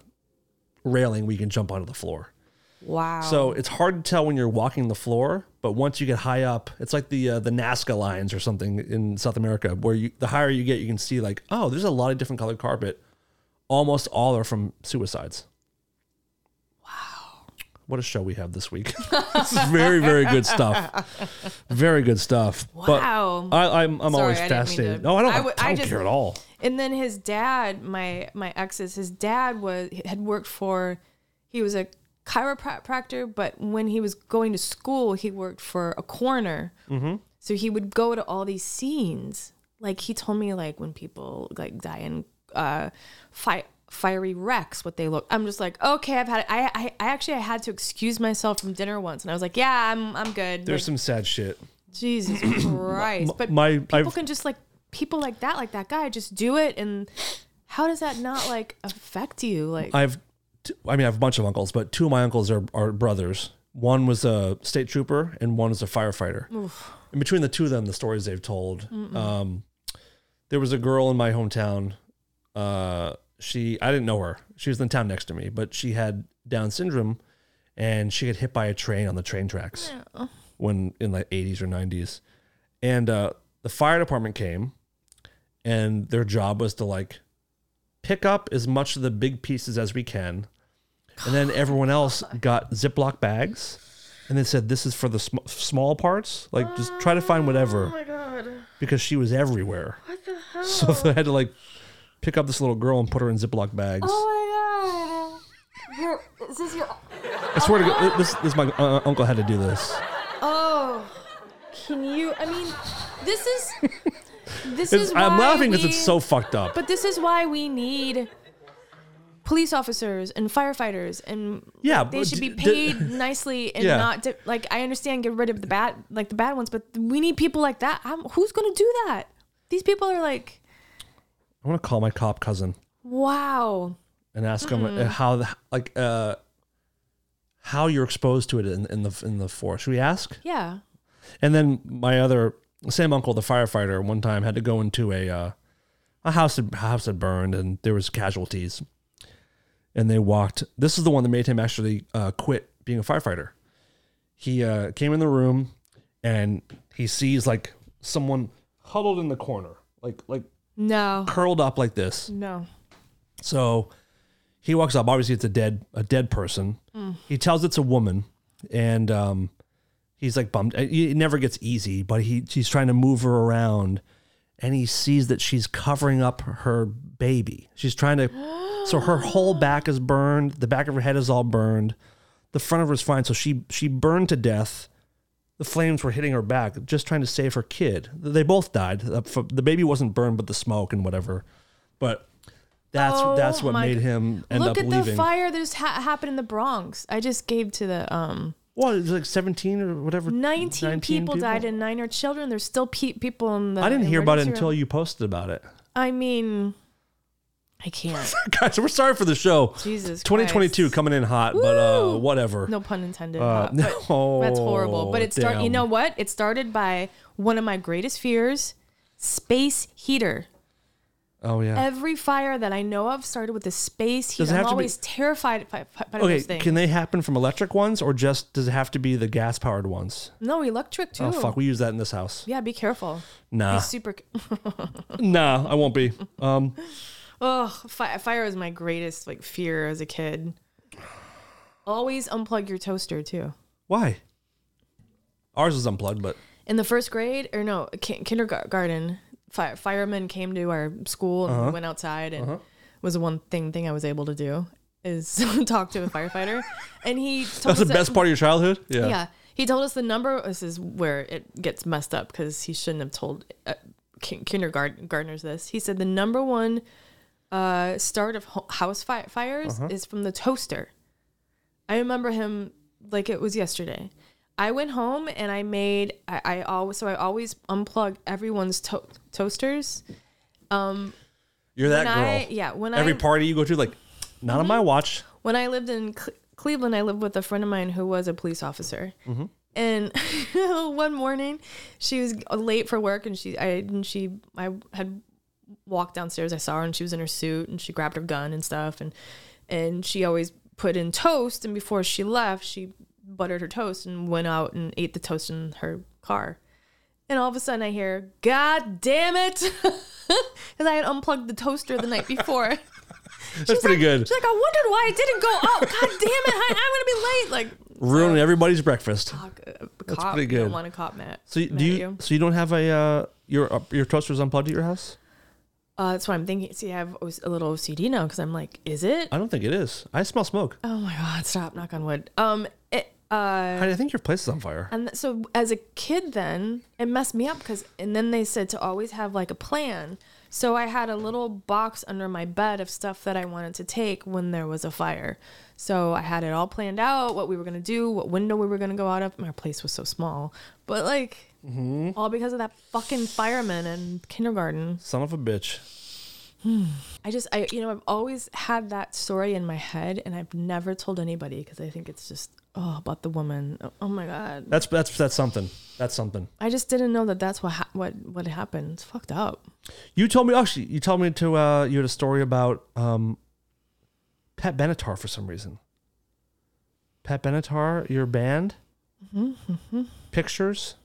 [SPEAKER 2] railing where you can jump onto the floor.
[SPEAKER 1] wow.
[SPEAKER 2] So it's hard to tell when you're walking the floor, but once you get high up, it's like the uh, the Nazca lines or something in South America, where you the higher you get, you can see like oh, there's a lot of different colored carpet. Almost all are from suicides. Wow, what a show we have this week! this is very very good stuff. Very good stuff.
[SPEAKER 1] Wow.
[SPEAKER 2] But I, I'm I'm
[SPEAKER 1] Sorry,
[SPEAKER 2] always
[SPEAKER 1] I didn't mean
[SPEAKER 2] fascinated.
[SPEAKER 1] to-
[SPEAKER 2] No, I don't. I
[SPEAKER 1] I would-
[SPEAKER 2] I
[SPEAKER 1] I
[SPEAKER 2] don't
[SPEAKER 1] just-
[SPEAKER 2] care at all.
[SPEAKER 1] And then his dad, my my ex's, his dad was had worked for, he was a chiropractor, but when he was going to school, he worked for a coroner. Mm-hmm. So he would go to all these scenes. Like he told me, like when people like die in uh, fi- fiery wrecks, what they look. I'm just like, okay, I've had. I, I I actually I had to excuse myself from dinner once, and I was like, yeah, I'm I'm good.
[SPEAKER 2] There's
[SPEAKER 1] Like,
[SPEAKER 2] some sad shit.
[SPEAKER 1] Jesus Christ! But
[SPEAKER 2] my-
[SPEAKER 1] people
[SPEAKER 2] I've-
[SPEAKER 1] can just like people like that, like that guy, just do it, and how does that not like affect you? Like,
[SPEAKER 2] I've, t- I mean, I have a bunch of uncles, but two of my uncles are, are brothers. One was a state trooper and one was a firefighter. And between the two of them, the stories they've told, um, there was a girl in my hometown. Uh, she, I didn't know her. She was in the town next to me, but she had Down syndrome and she got hit by a train on the train tracks when in the 80s or 90s. And uh, the fire department came and their job was to like pick up as much of the big pieces as we can. And then everyone else got Ziploc bags. And they said, this is for the sm- small parts. Like, just try to find whatever. Oh my God. Because she was everywhere. What the hell? So they had to, like, pick up this little girl and put her in Ziploc bags.
[SPEAKER 5] Oh my god. Your, is this your.
[SPEAKER 2] I swear to God, this, this my uh, uncle had to do this.
[SPEAKER 1] oh, can you? I mean, this is this
[SPEAKER 2] It's-
[SPEAKER 1] is.
[SPEAKER 2] I'm
[SPEAKER 1] why
[SPEAKER 2] laughing because it's
[SPEAKER 1] we-
[SPEAKER 2] so fucked up.
[SPEAKER 1] But this is why we need police officers and firefighters and
[SPEAKER 2] Yeah,
[SPEAKER 1] like, they
[SPEAKER 2] but
[SPEAKER 1] should be
[SPEAKER 2] Oh, d- d-
[SPEAKER 1] paid nicely and
[SPEAKER 2] Yeah.
[SPEAKER 1] not di- like I understand get rid of the bad like the bad ones, but we need people like that. I'm, who's gonna do that? These people are like,
[SPEAKER 2] I want to call my cop cousin.
[SPEAKER 1] wow.
[SPEAKER 2] and ask
[SPEAKER 1] Mm-hmm.
[SPEAKER 2] them how the, like uh how you're exposed to it in, in the in the force. Should we ask?
[SPEAKER 1] Yeah.
[SPEAKER 2] And then my other same uncle, the firefighter, one time had to go into a uh, a house that house had burned and there was casualties, and they walked. This is the one that made him actually uh, quit being a firefighter. He uh, came in the room and he sees like someone huddled in the corner, like like
[SPEAKER 1] No.
[SPEAKER 2] curled up like this.
[SPEAKER 1] No.
[SPEAKER 2] So he walks up. Obviously, it's a dead a dead person. He tells it's a woman, and um, he's like bummed. It it never gets easy, but he he's trying to move her around, and he sees that she's covering up her baby. She's trying to, so her whole back is burned. The back of her head is all burned. The front of her is fine. So she she burned to death. The flames were hitting her back, just trying to save her kid. They both died. The baby wasn't burned, but the smoke and whatever. But that's
[SPEAKER 1] Oh
[SPEAKER 2] that's what
[SPEAKER 1] my
[SPEAKER 2] made
[SPEAKER 1] g-
[SPEAKER 2] him um, end
[SPEAKER 1] Look
[SPEAKER 2] up
[SPEAKER 1] at the
[SPEAKER 2] leaving.
[SPEAKER 1] fire that just ha- happened in the Bronx. I just gave to the um
[SPEAKER 2] Well, it was like seventeen or whatever.
[SPEAKER 1] 19, people, died and nine are children. There's still pe- people in the
[SPEAKER 2] I didn't hear about it
[SPEAKER 1] emergency
[SPEAKER 2] until
[SPEAKER 1] room.
[SPEAKER 2] you posted about it.
[SPEAKER 1] I mean I can't.
[SPEAKER 2] Guys, we're sorry for the show.
[SPEAKER 1] Jesus
[SPEAKER 2] 2022
[SPEAKER 1] Christ.
[SPEAKER 2] coming in hot, but uh,
[SPEAKER 1] Woo!
[SPEAKER 2] whatever.
[SPEAKER 1] No pun intended.
[SPEAKER 2] Uh,
[SPEAKER 1] Uh, but
[SPEAKER 2] no,
[SPEAKER 1] that's horrible. But it start. You
[SPEAKER 2] damn.
[SPEAKER 1] know what? It started by one of my greatest fears: space heater.
[SPEAKER 2] Oh yeah.
[SPEAKER 1] Every fire that I know of started with a space
[SPEAKER 2] Does it
[SPEAKER 1] heater.
[SPEAKER 2] have
[SPEAKER 1] I'm
[SPEAKER 2] to be-
[SPEAKER 1] always terrified by, by by
[SPEAKER 2] okay,
[SPEAKER 1] those things.
[SPEAKER 2] can they happen from electric ones, or just does it have to be the gas powered ones?
[SPEAKER 1] no, electric too.
[SPEAKER 2] Oh fuck, we Ah. use that in this house.
[SPEAKER 1] yeah, be careful.
[SPEAKER 2] Nah,
[SPEAKER 1] Be super.
[SPEAKER 2] nah, I won't be. Um,
[SPEAKER 1] Ugh, fi- fire was my greatest like fear as a kid. Always unplug your toaster too.
[SPEAKER 2] why? Ours is unplugged, but
[SPEAKER 1] in the first grade or no ki- kindergarten fire, firemen came to our school and
[SPEAKER 2] Uh-huh.
[SPEAKER 1] went outside and was the one thing thing i was able to do is talk to a firefighter and he told
[SPEAKER 2] that's the
[SPEAKER 1] us
[SPEAKER 2] best part of your childhood. Yeah.
[SPEAKER 1] yeah he told us the number this is where it gets messed up because he shouldn't have told uh, ki- kindergarten gardeners this he said the number one uh, start of ho- house fi- fires
[SPEAKER 2] Uh-huh.
[SPEAKER 1] is from the toaster I remember him like it was yesterday. I went home and I made I, I always so I always unplug everyone's to- toasters.
[SPEAKER 2] You're that
[SPEAKER 1] When
[SPEAKER 2] girl.
[SPEAKER 1] I- yeah, when
[SPEAKER 2] every
[SPEAKER 1] I- Mm-hmm.
[SPEAKER 2] party you go to, like, not on my watch.
[SPEAKER 1] When I lived in Cle- Cleveland, I lived with a friend of mine who was a police officer. And one morning, she was late for work, and she, I, and she, I had walked downstairs. I saw her, and she was in her suit, and she grabbed her gun and stuff, and and she always put in toast. And before she left, she buttered her toast and went out and ate the toast in her car. And all of a sudden, I hear, "God damn it!" Because I had unplugged the toaster the night before.
[SPEAKER 2] That's pretty good.
[SPEAKER 1] She's like, I wondered why it didn't go up. God damn it, hon, I'm gonna be late. Like,
[SPEAKER 2] Ruining everybody's breakfast.
[SPEAKER 1] fuck, a cop.
[SPEAKER 2] pretty
[SPEAKER 1] You
[SPEAKER 2] good.
[SPEAKER 1] don't want a cop, Matt.
[SPEAKER 2] So you- do you, So you don't have a uh, your uh, your toaster's unplugged at your house?
[SPEAKER 1] Uh, that's why I'm thinking. See, I have o- a little OCD now because I'm like, is it?
[SPEAKER 2] I don't think it is. I smell smoke.
[SPEAKER 1] Oh my god! Stop. Knock on wood. Um. It, uh.
[SPEAKER 2] I think your place is on fire.
[SPEAKER 1] And th- so as a kid, then it messed me up because, and then they said to always have like a plan. So I had a little box under my bed of stuff that I wanted to take when there was a fire. So I had it all planned out, what we were gonna do, what window we were gonna go out of. My place was so small, but like all because of that fucking fireman in kindergarten.
[SPEAKER 2] Son of a bitch.
[SPEAKER 1] I just, I, you know, I've always had that story in my head, and I've never told anybody because I think it's just, oh, about the woman. Oh, oh my god.
[SPEAKER 2] That's that's that's something. That's something.
[SPEAKER 1] I just didn't know that that's what ha- what what happened. It's fucked up.
[SPEAKER 2] You told me oh, actually. You told me to. Uh, you had a story about um, Pat Benatar for some reason. Pat Benatar, your band,
[SPEAKER 1] Mm-hmm.
[SPEAKER 2] pictures.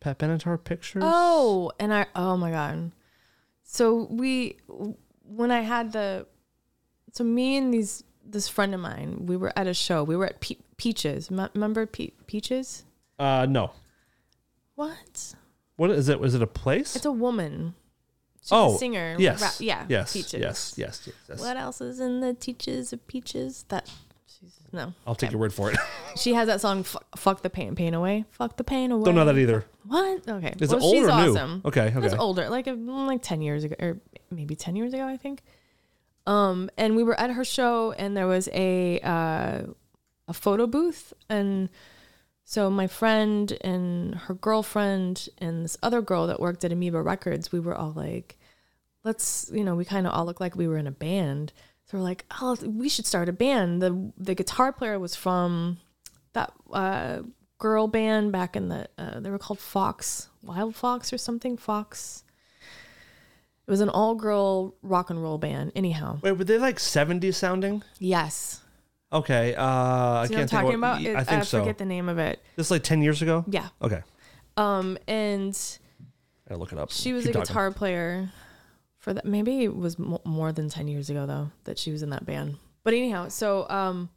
[SPEAKER 2] Pat Benatar pictures.
[SPEAKER 1] Oh, and I oh my god. So we when I had the so me and these this friend of mine, we were at a show. We were at Pe- Peaches. Me- remember Pe- Peaches?
[SPEAKER 2] Uh, no.
[SPEAKER 1] What?
[SPEAKER 2] What is it? Is it a place?
[SPEAKER 1] It's a woman. She's
[SPEAKER 2] oh,
[SPEAKER 1] a singer.
[SPEAKER 2] Yes.
[SPEAKER 1] Rap- yeah.
[SPEAKER 2] Yes.
[SPEAKER 1] Peaches.
[SPEAKER 2] Yes. Yes. Yes. yes.
[SPEAKER 1] What else is in the teaches of peaches? That she's no.
[SPEAKER 2] I'll take your word for it.
[SPEAKER 1] She has that song. Fuck, fuck the pain, pain away. Fuck the pain away.
[SPEAKER 2] Don't know that either.
[SPEAKER 1] What? Okay.
[SPEAKER 2] Is it old or new? Okay,
[SPEAKER 1] It's
[SPEAKER 2] okay.
[SPEAKER 1] older, like uh, like ten years ago, or maybe ten years ago, I think. Um, and we were at her show, and there was a uh, a photo booth, and so my friend and her girlfriend and this other girl that worked at Amoeba Records, we were all like, let's you know we kind of all look like we were in a band so we're like oh we should start a band the the guitar player was from that uh girl band back in the uh, they were called fox wild fox or something fox it was an all girl rock and roll band anyhow
[SPEAKER 2] Wait, were they like 70 sounding?
[SPEAKER 1] yes
[SPEAKER 2] Okay. Uh, I
[SPEAKER 1] you know what i'm
[SPEAKER 2] can't think
[SPEAKER 1] talking
[SPEAKER 2] of
[SPEAKER 1] about
[SPEAKER 2] what-
[SPEAKER 1] It- uh,
[SPEAKER 2] I think so.
[SPEAKER 1] forget the name of it
[SPEAKER 2] This is like 10 years ago?
[SPEAKER 1] yeah
[SPEAKER 2] Okay.
[SPEAKER 1] um and
[SPEAKER 2] I gotta look it up.
[SPEAKER 1] She was
[SPEAKER 2] Keep
[SPEAKER 1] a
[SPEAKER 2] talking.
[SPEAKER 1] guitar player for that. Maybe it was mo- more than 10 years ago, though, that she was in that band. But anyhow, so um,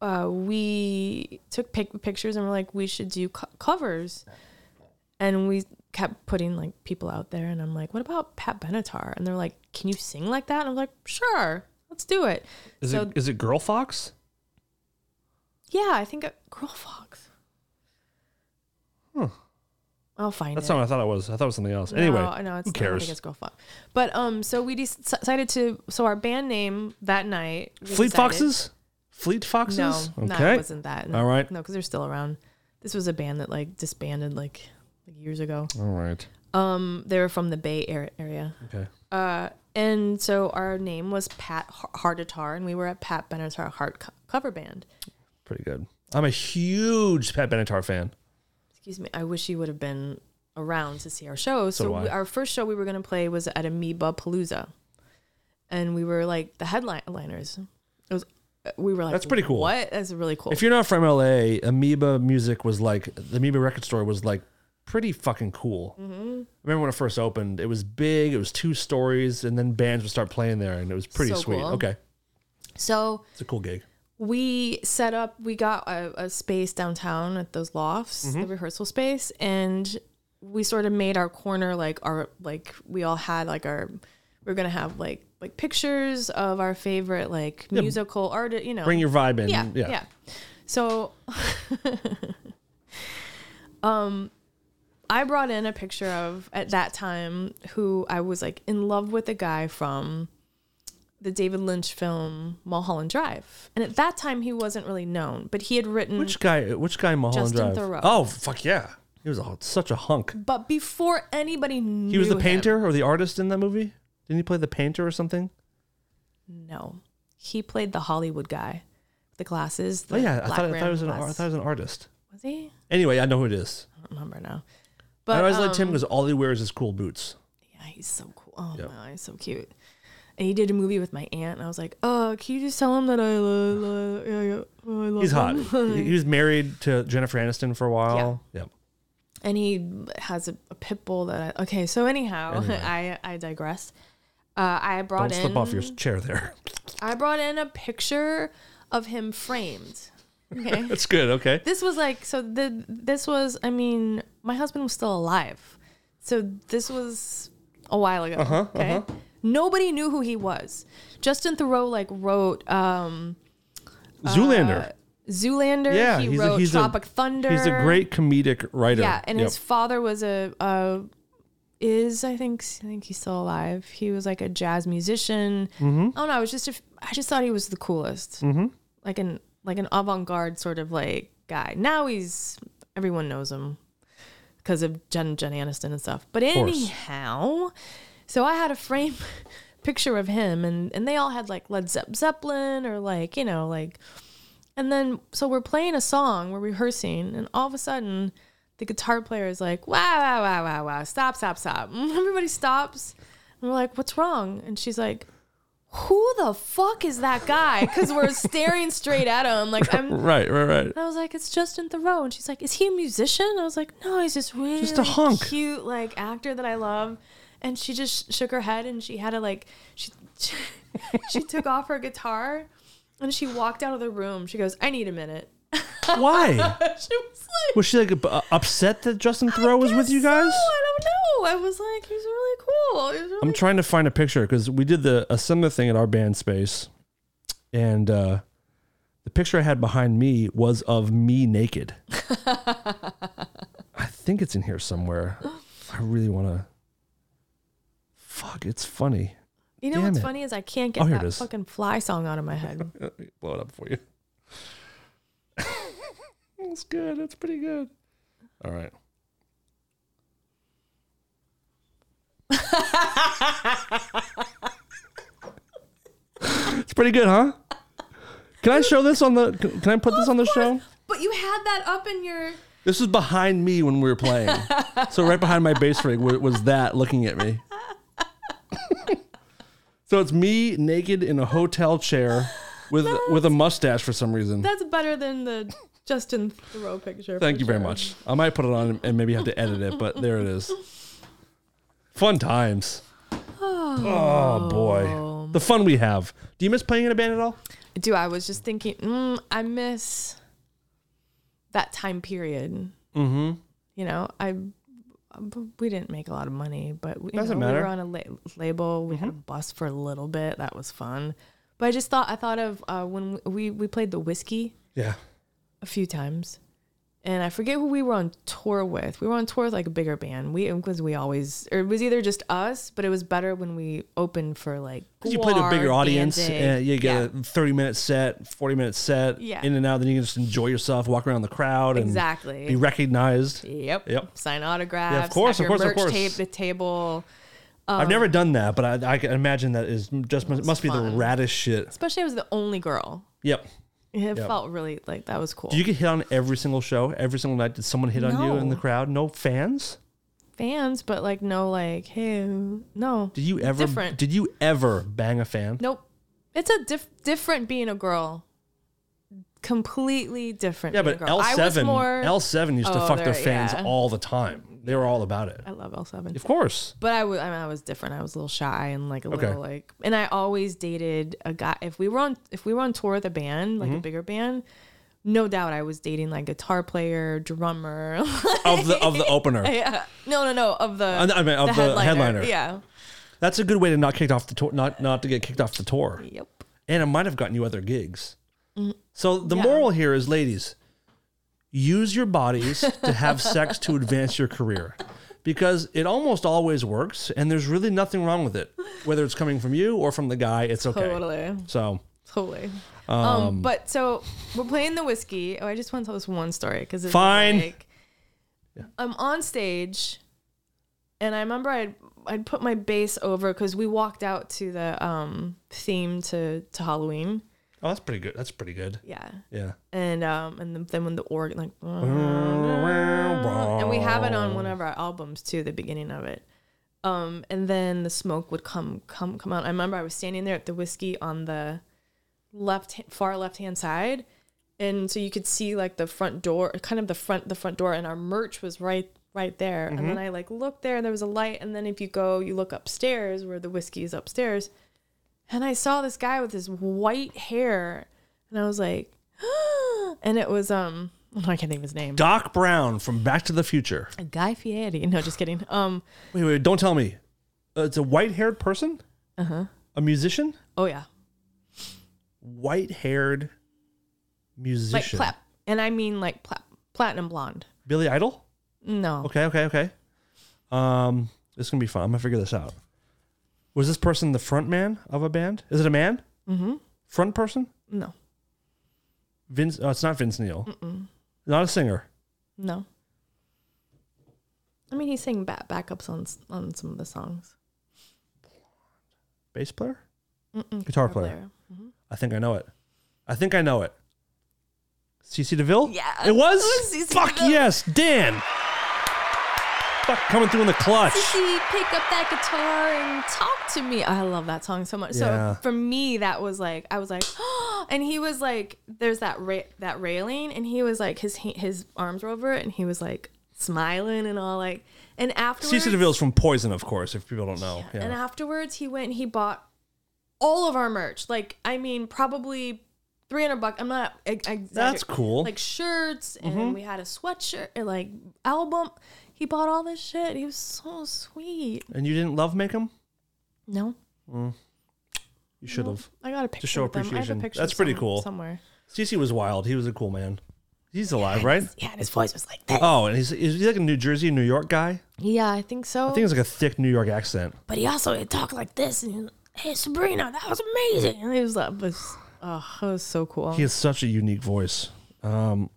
[SPEAKER 1] uh, we took pic- pictures and we're like, we should do co- covers. And we kept putting like people out there. And I'm like, what about Pat Benatar? And they're like, can you sing like that? And I'm like, sure, let's do it.
[SPEAKER 2] Is,
[SPEAKER 1] so,
[SPEAKER 2] it, is it Girl Fox?
[SPEAKER 1] yeah, I think it, Girl Fox. I'll find
[SPEAKER 2] That's
[SPEAKER 1] it.
[SPEAKER 2] not what I thought it was. I thought it was something else. anyway,
[SPEAKER 1] no, no, it's
[SPEAKER 2] who
[SPEAKER 1] Not, I don't
[SPEAKER 2] cares?
[SPEAKER 1] think it's girl fox. But um, so we dec- decided to. So our band name that night. we
[SPEAKER 2] Fleet
[SPEAKER 1] decided-
[SPEAKER 2] Foxes? Fleet Foxes?
[SPEAKER 1] No,
[SPEAKER 2] okay.
[SPEAKER 1] no, it wasn't that. No,
[SPEAKER 2] All right.
[SPEAKER 1] No, because they're still around. This was a band that like disbanded like, like years ago.
[SPEAKER 2] All right.
[SPEAKER 1] Um, they were from the Bay Ar- area. Uh,
[SPEAKER 2] Okay.
[SPEAKER 1] And so our name was Pat Har- Hardatar, and we were at Pat Benatar Heart co- cover band.
[SPEAKER 2] Pretty good. I'm a huge Pat Benatar fan.
[SPEAKER 1] excuse me, I wish you would have been around to see our show. So,
[SPEAKER 2] do I.
[SPEAKER 1] we, our first show we were going to play was at Amoeba Palooza. And we were like the headliners. It was uh, we were like
[SPEAKER 2] That's pretty cool.
[SPEAKER 1] What? That's really cool.
[SPEAKER 2] If you're not from LA, Amoeba Music was like, the Amoeba Record Store was like pretty fucking cool. Mm-hmm. I remember when it first opened, it was big, it was two stories, and then bands would start playing there, and it was pretty
[SPEAKER 1] So
[SPEAKER 2] sweet.
[SPEAKER 1] cool.
[SPEAKER 2] Okay.
[SPEAKER 1] so
[SPEAKER 2] It's a cool gig.
[SPEAKER 1] we set up we got a, a space downtown at those lofts
[SPEAKER 2] Mm-hmm.
[SPEAKER 1] the rehearsal space and we sort of made our corner like our like we all had like our we are gonna have like like pictures of our favorite like musical artist you know
[SPEAKER 2] Bring your vibe in.
[SPEAKER 1] yeah, yeah. So, um, I brought in a picture of at that time who I was like in love with a guy from the David Lynch film Mulholland Drive, and at that time he wasn't really known, but he had written.
[SPEAKER 2] Which guy? Which guy? in Mulholland
[SPEAKER 1] Justin
[SPEAKER 2] Drive.
[SPEAKER 1] Thoreau.
[SPEAKER 2] Oh fuck yeah! He was a, such a hunk.
[SPEAKER 1] but before anybody knew,
[SPEAKER 2] He was the
[SPEAKER 1] him-
[SPEAKER 2] painter or the artist in that movie. Didn't he play the painter or something?
[SPEAKER 1] No, He played the Hollywood guy, the glasses. The
[SPEAKER 2] Oh yeah, I
[SPEAKER 1] black
[SPEAKER 2] thought, I thought it was an
[SPEAKER 1] rimmed
[SPEAKER 2] ar- I
[SPEAKER 1] glass-
[SPEAKER 2] thought it was an artist.
[SPEAKER 1] was he?
[SPEAKER 2] Anyway, I know who it is.
[SPEAKER 1] I don't remember now.
[SPEAKER 2] I
[SPEAKER 1] But um,
[SPEAKER 2] always liked him because all he wears is cool boots.
[SPEAKER 1] yeah, he's so cool. Oh
[SPEAKER 2] Yeah.
[SPEAKER 1] my, he's so cute. And he did a movie with my aunt, and I was like, "Oh, can you just tell him that I love, love, yeah, yeah, oh, I love
[SPEAKER 2] He's hot.
[SPEAKER 1] him?
[SPEAKER 2] he he was married to Jennifer Aniston for a while. Yep.
[SPEAKER 1] and he has a, a pit bull that I, okay so anyhow i i digress uh, i brought
[SPEAKER 2] Don't
[SPEAKER 1] in
[SPEAKER 2] slip off your chair there.
[SPEAKER 1] i brought in a picture of him framed okay
[SPEAKER 2] That's good. Okay.
[SPEAKER 1] this was like so the this was i mean my husband was still alive so this was a while ago
[SPEAKER 2] Uh-huh,
[SPEAKER 1] okay nobody knew who he was justin thoreau like wrote um
[SPEAKER 2] Zoolander.
[SPEAKER 1] zoolander
[SPEAKER 2] yeah,
[SPEAKER 1] he
[SPEAKER 2] he's a,
[SPEAKER 1] wrote
[SPEAKER 2] he's
[SPEAKER 1] tropic
[SPEAKER 2] a,
[SPEAKER 1] thunder
[SPEAKER 2] He's a great comedic writer.
[SPEAKER 1] yeah, and
[SPEAKER 2] Yep.
[SPEAKER 1] his father was a, a is I think I think he's still alive. He was like a jazz musician.
[SPEAKER 2] Mm-hmm.
[SPEAKER 1] I don't know. I was just a, I just thought he was the coolest, mm-hmm. like an like an avant garde sort of like guy. Now he's everyone knows him because of Jen Jen Aniston and stuff. But
[SPEAKER 2] course.
[SPEAKER 1] anyhow, so I had a frame picture of him, and and they all had like Led Zepp Zeppelin or like you know like and then, so we're playing a song, we're rehearsing, and all of a sudden, the guitar player is like, wow, wow, wow, wow, wow, stop, stop, stop. Everybody stops. And we're like, what's wrong? And she's like, who the fuck is that guy? Because we're staring straight at him. Like, I'm. And
[SPEAKER 2] Right, right, right.
[SPEAKER 1] I was like, it's Justin Thoreau. And she's like, is he a musician? And I was like, no, he's just really
[SPEAKER 2] a hunk.
[SPEAKER 1] cute, like, actor that I love. And she just shook her head and she had to, like, she, she, she took off her guitar and she walked out of the room. She goes, I need a minute.
[SPEAKER 2] Why?
[SPEAKER 1] she was like,
[SPEAKER 2] Was she like uh, upset that Justin Thoreau was with you
[SPEAKER 1] "So,
[SPEAKER 2] guys?
[SPEAKER 1] I don't know. I was like, he's really cool. He's really
[SPEAKER 2] I'm trying to find a picture because we did the a similar thing at our band space, and uh, the picture I had behind me was of me naked. I think it's in here somewhere. I really want to. Fuck, it's funny.
[SPEAKER 1] you know
[SPEAKER 2] Damn
[SPEAKER 1] what's
[SPEAKER 2] it.
[SPEAKER 1] funny is I can't get
[SPEAKER 2] Oh, here
[SPEAKER 1] that
[SPEAKER 2] it is.
[SPEAKER 1] fucking fly song out of my head.
[SPEAKER 2] Let me blow it up for you. That's good. That's pretty good. All right. it's pretty good, huh? Can I show this on the? Can I put this on the show?
[SPEAKER 1] but you had that up in your.
[SPEAKER 2] This was behind me when we were playing. so right behind my bass rig wa- was that looking at me. so it's me naked in a hotel chair with with a mustache for some reason.
[SPEAKER 1] That's better than the Justin Thoreau picture.
[SPEAKER 2] Thank
[SPEAKER 1] for
[SPEAKER 2] you very
[SPEAKER 1] sure.
[SPEAKER 2] much. I might put it on and maybe have to edit it, but there it is. Fun times. Oh, boy. The fun we have. Do you miss playing in a band at all?
[SPEAKER 1] Do Um, I was just thinking, mm, I miss that time period. Mm-hmm. You know, I we didn't make a lot of money, but we, you
[SPEAKER 2] Doesn't
[SPEAKER 1] know, we
[SPEAKER 2] matter. Mm-hmm.
[SPEAKER 1] were on a la- label. We had a bus for a little bit. That was fun. But I just thought I thought of uh, when we, we we played the whiskey
[SPEAKER 2] Yeah.
[SPEAKER 1] a few times, and I forget who we were on tour with. We were on tour with like a bigger band. We because we always or it was either just us, but it was better when we opened for like
[SPEAKER 2] You play to a
[SPEAKER 1] Guar,
[SPEAKER 2] bigger audience.
[SPEAKER 1] Danzig.
[SPEAKER 2] And you get
[SPEAKER 1] Yeah.
[SPEAKER 2] a 30 minute set, 40 minute set,
[SPEAKER 1] Yeah.
[SPEAKER 2] in and out. Then you can just enjoy yourself, walk around the crowd, and
[SPEAKER 1] Exactly.
[SPEAKER 2] be recognized.
[SPEAKER 1] Yep.
[SPEAKER 2] Yep.
[SPEAKER 1] Sign autographs.
[SPEAKER 2] Yeah, of course,
[SPEAKER 1] have
[SPEAKER 2] of course,
[SPEAKER 1] your
[SPEAKER 2] of
[SPEAKER 1] merch
[SPEAKER 2] course.
[SPEAKER 1] Tape the table, Uh-huh.
[SPEAKER 2] I've never done that, but I, I can imagine that is just must, must be the
[SPEAKER 1] fun.
[SPEAKER 2] raddest shit.
[SPEAKER 1] especially I was the only girl.
[SPEAKER 2] Yep.
[SPEAKER 1] It felt really like that was cool.
[SPEAKER 2] Do you get hit on every single show, every single night? Did someone hit on you in
[SPEAKER 1] No.
[SPEAKER 2] the crowd? No fans?
[SPEAKER 1] Fans, but like no, like hey, no.
[SPEAKER 2] Did you ever?
[SPEAKER 1] Different.
[SPEAKER 2] Did you ever bang a fan?
[SPEAKER 1] nope. It's a diff- different being a girl. Completely different.
[SPEAKER 2] Yeah,
[SPEAKER 1] being a
[SPEAKER 2] but
[SPEAKER 1] girl.
[SPEAKER 2] L
[SPEAKER 1] I was
[SPEAKER 2] seven,
[SPEAKER 1] more.
[SPEAKER 2] L seven used to
[SPEAKER 1] Oh,
[SPEAKER 2] fuck their
[SPEAKER 1] they're-
[SPEAKER 2] fans
[SPEAKER 1] yeah.
[SPEAKER 2] all the time. They were all about it.
[SPEAKER 1] I love L seven.
[SPEAKER 2] Of course.
[SPEAKER 1] But I was, I mean, I was different. I was a little shy and like a
[SPEAKER 2] Okay.
[SPEAKER 1] little like, and I always dated a guy. If we were on, if we were on tour with a band,
[SPEAKER 2] Mm-hmm.
[SPEAKER 1] like a bigger band, no doubt I was dating like guitar player, drummer.
[SPEAKER 2] Of the of the opener.
[SPEAKER 1] yeah. No, no, no. Of the,
[SPEAKER 2] I mean, of the headliner.
[SPEAKER 1] Yeah.
[SPEAKER 2] That's a good way to not kicked off the tour, not not to get kicked off the tour.
[SPEAKER 1] Yep.
[SPEAKER 2] And it might have gotten you other gigs.
[SPEAKER 1] Mm-hmm.
[SPEAKER 2] So the moral here is, ladies, use your bodies to have sex to advance your career, because it almost always works, and there's really nothing wrong with it, whether it's coming from you or from the guy. It's okay.
[SPEAKER 1] Totally.
[SPEAKER 2] So
[SPEAKER 1] Totally. Um, but so we're playing the whiskey. Oh, I just want to tell this one story because it's
[SPEAKER 2] Fine.
[SPEAKER 1] Like, I'm on stage, and I remember I I'd put my bass over because we walked out to the um theme to to Halloween.
[SPEAKER 2] Oh, that's pretty good. That's pretty good.
[SPEAKER 1] Yeah,
[SPEAKER 2] Yeah.
[SPEAKER 1] and um and then when the organ like and we have it on one of our albums too the beginning of it um and then the smoke would come come come out i remember i was standing there at the whiskey on the left far left hand side and so you could see like the front door kind of the front the front door and our merch was right right there and then i like looked there and there was a light and then if you go you look upstairs where the whiskey is upstairs and i saw this guy with his white hair and i was like and it was um i can't think of his name
[SPEAKER 2] Doc Brown from Back to the Future.
[SPEAKER 1] Guy Fieri. No, just kidding. Um.
[SPEAKER 2] Wait, wait, don't tell me. Uh, it's a white-haired person?
[SPEAKER 1] Uh huh.
[SPEAKER 2] A musician?
[SPEAKER 1] Oh yeah.
[SPEAKER 2] White-haired
[SPEAKER 1] Like
[SPEAKER 2] musician.
[SPEAKER 1] plap, and I mean like plap, platinum blonde.
[SPEAKER 2] Billy Idol?
[SPEAKER 1] No.
[SPEAKER 2] Okay, okay, okay. Um, this is gonna be fun. I'm gonna figure this out. Was this person the front man of a band? Is it a man? Mm-hmm. Front person?
[SPEAKER 1] No.
[SPEAKER 2] Vince? Oh, it's not Vince Neil. Not a singer.
[SPEAKER 1] No. I mean, he sang back backups on s- on some of the songs.
[SPEAKER 2] Bass player? Guitar player.
[SPEAKER 1] Player.
[SPEAKER 2] I think I know it. I think I know it. CC DeVille?
[SPEAKER 1] Yeah,
[SPEAKER 2] It was?
[SPEAKER 1] it was CeCe
[SPEAKER 2] Fuck
[SPEAKER 1] DeVille.
[SPEAKER 2] yes, Dan. Fuck, coming through in the clutch.
[SPEAKER 1] Sissy, pick up that guitar and talk to me. I love that song so much.
[SPEAKER 2] Yeah.
[SPEAKER 1] So for me, that was like I was like, and he was like, there's that ra- that railing, and he was like, his ha- his arms were over it, and he was like smiling and all like, and afterwards,
[SPEAKER 2] CC DeVille's from Poison, of course, if people don't know. Yeah.
[SPEAKER 1] And afterwards, he went and he bought all of our merch. Like, I mean, probably 300 bucks. I'm not. I, I
[SPEAKER 2] That's cool. Mm-hmm.
[SPEAKER 1] Like shirts, and we had a sweatshirt, and like album. He bought all this shit. He was so sweet.
[SPEAKER 2] and you didn't love make him?
[SPEAKER 1] No,
[SPEAKER 2] You should have.
[SPEAKER 1] I got a picture.
[SPEAKER 2] show
[SPEAKER 1] with them. I have a
[SPEAKER 2] appreciation.
[SPEAKER 1] picture
[SPEAKER 2] That's pretty
[SPEAKER 1] some-
[SPEAKER 2] cool.
[SPEAKER 1] Somewhere.
[SPEAKER 2] CC was wild. He was a cool man. He's alive, right?
[SPEAKER 1] Yeah, and his voice was like that.
[SPEAKER 2] Oh, and he's, he's he's like a New Jersey, New York guy.
[SPEAKER 1] Yeah, I think so.
[SPEAKER 2] I think it's like a thick New York accent.
[SPEAKER 1] but he also he talked like this, and he was like, "Hey, Sabrina, that was amazing." And he was like, was, "Oh, it was so cool."
[SPEAKER 2] He has such a unique voice. Um,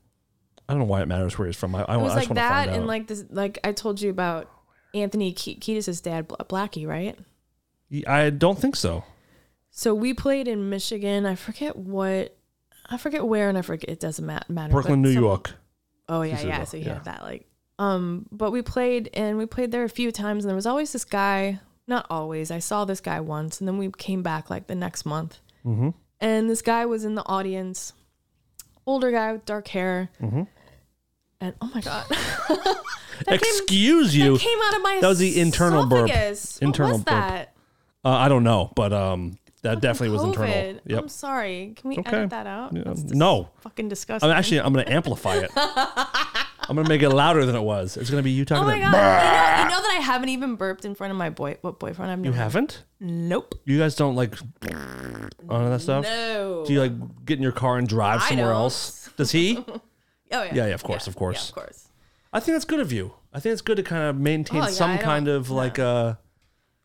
[SPEAKER 2] I don't know why it matters where he's from. I, Oh, I,
[SPEAKER 1] It
[SPEAKER 2] wa-
[SPEAKER 1] was
[SPEAKER 2] I just
[SPEAKER 1] like
[SPEAKER 2] want to
[SPEAKER 1] that,
[SPEAKER 2] find out.
[SPEAKER 1] and like this, like I told you about Anthony Ke- Kiedis' dad, Bla- Blackie, right?
[SPEAKER 2] He- I don't think so.
[SPEAKER 1] So we played in Michigan. I forget what, I forget where, and I forget. It doesn't ma- matter.
[SPEAKER 2] Brooklyn,
[SPEAKER 1] but
[SPEAKER 2] New
[SPEAKER 1] some-
[SPEAKER 2] York.
[SPEAKER 1] Oh yeah,
[SPEAKER 2] He said
[SPEAKER 1] yeah.
[SPEAKER 2] Brooklyn,
[SPEAKER 1] So he
[SPEAKER 2] yeah.
[SPEAKER 1] had that like. Um, but we played and we played there a few times, and there was always this guy. Not always. I saw this guy once, and then we came back like the next month,
[SPEAKER 2] Mm-hmm.
[SPEAKER 1] and this guy was in the audience, older guy with dark hair, and oh my god.
[SPEAKER 2] Mm-hmm. Excuse you.
[SPEAKER 1] That came out of my
[SPEAKER 2] That was the internal burp.
[SPEAKER 1] esophagus.
[SPEAKER 2] Internal
[SPEAKER 1] what was
[SPEAKER 2] burp.
[SPEAKER 1] that?
[SPEAKER 2] Uh, I don't know, but um, that definitely was internal.
[SPEAKER 1] COVID.
[SPEAKER 2] Yep.
[SPEAKER 1] I'm sorry. Can we
[SPEAKER 2] Okay.
[SPEAKER 1] edit that out?
[SPEAKER 2] Yeah.
[SPEAKER 1] That's dis-
[SPEAKER 2] No.
[SPEAKER 1] Fucking disgusting.
[SPEAKER 2] I'm actually I'm gonna amplify it. I'm gonna make it louder than it was. It's gonna be you talking.
[SPEAKER 1] Oh my god! You know,
[SPEAKER 2] about-
[SPEAKER 1] you know that I haven't even burped in front of my boy. What boyfriend? I'm.
[SPEAKER 2] You haven't?
[SPEAKER 1] Nope.
[SPEAKER 2] You guys don't like all of that stuff.
[SPEAKER 1] No.
[SPEAKER 2] Do you like get in your car and drive
[SPEAKER 1] I
[SPEAKER 2] somewhere
[SPEAKER 1] don't.
[SPEAKER 2] else? Does he?
[SPEAKER 1] Oh yeah.
[SPEAKER 2] Yeah, yeah, of course, of course.
[SPEAKER 1] Yeah, of course.
[SPEAKER 2] I think that's good of you. I think it's good to kind of maintain
[SPEAKER 1] Oh, yeah,
[SPEAKER 2] some
[SPEAKER 1] I don't-
[SPEAKER 2] kind of like uh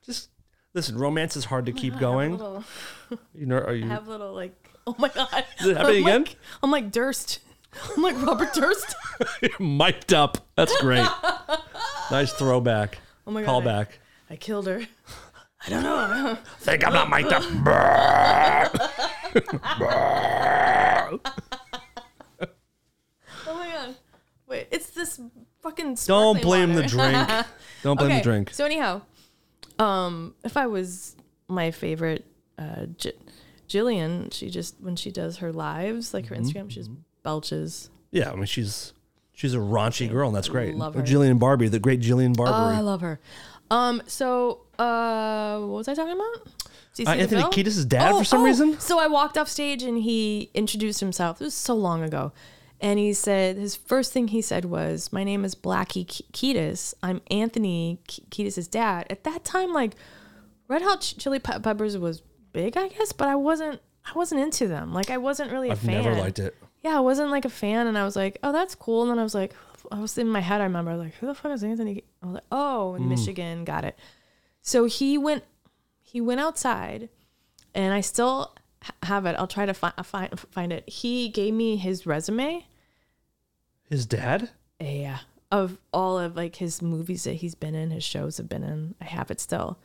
[SPEAKER 2] just listen, romance is
[SPEAKER 1] Oh
[SPEAKER 2] hard to keep going.
[SPEAKER 1] Little,
[SPEAKER 2] You know, are you
[SPEAKER 1] have little like. Oh my god.
[SPEAKER 2] Is it
[SPEAKER 1] I'm
[SPEAKER 2] happening
[SPEAKER 1] like-
[SPEAKER 2] again?
[SPEAKER 1] I'm like Durst. I'm like Robert Durst.
[SPEAKER 2] mic'd up? That's great. nice throwback. Oh
[SPEAKER 1] my God, I-
[SPEAKER 2] Callback.
[SPEAKER 1] I killed her. I don't know.
[SPEAKER 2] Think I'm not mic'd up.
[SPEAKER 1] Oh my god. Wait, it's this fucking.
[SPEAKER 2] Don't
[SPEAKER 1] sparkling
[SPEAKER 2] blame the
[SPEAKER 1] water.
[SPEAKER 2] drink. Don't blame the drink.
[SPEAKER 1] So anyhow, um, if I was my favorite, uh, J- Jillian, she just when she does her lives, like her Instagram, she just belches.
[SPEAKER 2] Yeah, I mean she's she's a raunchy girl and that's great.
[SPEAKER 1] Love
[SPEAKER 2] Or
[SPEAKER 1] her. Oh,
[SPEAKER 2] Jillian Barbie, the great Jillian Barbary.
[SPEAKER 1] love her. Um, so uh, what was I talking about? CC
[SPEAKER 2] Uh, Anthony
[SPEAKER 1] DeVille?
[SPEAKER 2] Kiedis' dad for some reason?
[SPEAKER 1] oh, So I walked off stage and he introduced himself. This was so long ago. And he said, his first thing he said was, My name is Blackie Ke- Kiedis. I'm Anthony Ke- Kiedis' dad. At that time, like, Red Hot Ch- Chili Pe- Peppers was big, I guess, but I wasn't. I wasn't into them. Like I wasn't really a
[SPEAKER 2] I've
[SPEAKER 1] fan.
[SPEAKER 2] never liked it.
[SPEAKER 1] Yeah, I wasn't like a fan, and I was like, "Oh, that's cool." And then I was like, I was in my head. I remember I was like, "Who the fuck is Anthony?" I was like, "Oh,
[SPEAKER 2] Mm.
[SPEAKER 1] in Michigan, got it." So he went, he went outside, and I still ha- have it. I'll try to find find find it. He gave me his resume.
[SPEAKER 2] His dad?
[SPEAKER 1] Yeah, of all of like his movies that he's been in, his shows have been in. I have it still.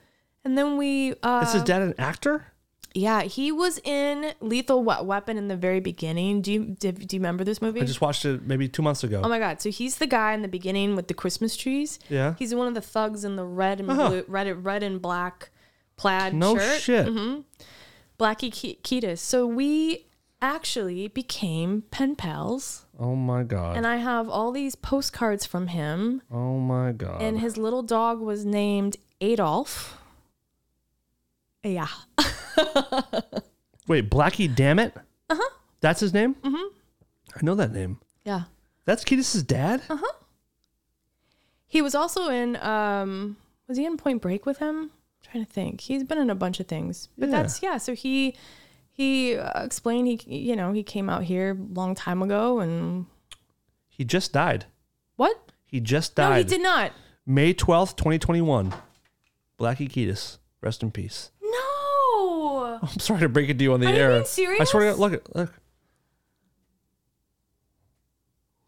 [SPEAKER 1] And then we, uh,
[SPEAKER 2] Is his dad an actor?
[SPEAKER 1] yeah, he was in Lethal We- Weapon in the very beginning. Do you do, do you remember this movie?
[SPEAKER 2] I just watched it maybe two months ago.
[SPEAKER 1] Oh my god! So he's the guy in the beginning with the Christmas trees.
[SPEAKER 2] Yeah.
[SPEAKER 1] He's one of the thugs in the red and
[SPEAKER 2] Uh-huh.
[SPEAKER 1] blue, red, red and black plaid
[SPEAKER 2] no
[SPEAKER 1] shirt. Mm-hmm.
[SPEAKER 2] shit.
[SPEAKER 1] Blackie Ke- Ketis. So we actually became pen pals,
[SPEAKER 2] Oh my god.
[SPEAKER 1] and I have all these postcards from him.
[SPEAKER 2] oh my god.
[SPEAKER 1] And his little dog was named Adolf. Yeah.
[SPEAKER 2] Wait, Blackie Dammit? Uh huh.
[SPEAKER 1] Uh-huh.
[SPEAKER 2] That's his name? Mm hmm.
[SPEAKER 1] Mm-hmm.
[SPEAKER 2] I know that name.
[SPEAKER 1] Yeah.
[SPEAKER 2] That's Ketis' dad?
[SPEAKER 1] Uh-huh. He was also in um was he in Point Break with him? trying to think. He's been in a bunch of things. But
[SPEAKER 2] Yeah.
[SPEAKER 1] that's yeah, so he he uh, explained he you know, he came out here a long time ago and
[SPEAKER 2] He just died.
[SPEAKER 1] what?
[SPEAKER 2] He just
[SPEAKER 1] No,
[SPEAKER 2] died.
[SPEAKER 1] he did not.
[SPEAKER 2] May 12th, 2021. Blackie Ketis. Rest in peace.
[SPEAKER 1] No.
[SPEAKER 2] I'm sorry to break it to you on the
[SPEAKER 1] Are you
[SPEAKER 2] air.
[SPEAKER 1] being
[SPEAKER 2] I
[SPEAKER 1] serious?
[SPEAKER 2] swear to God, look, look.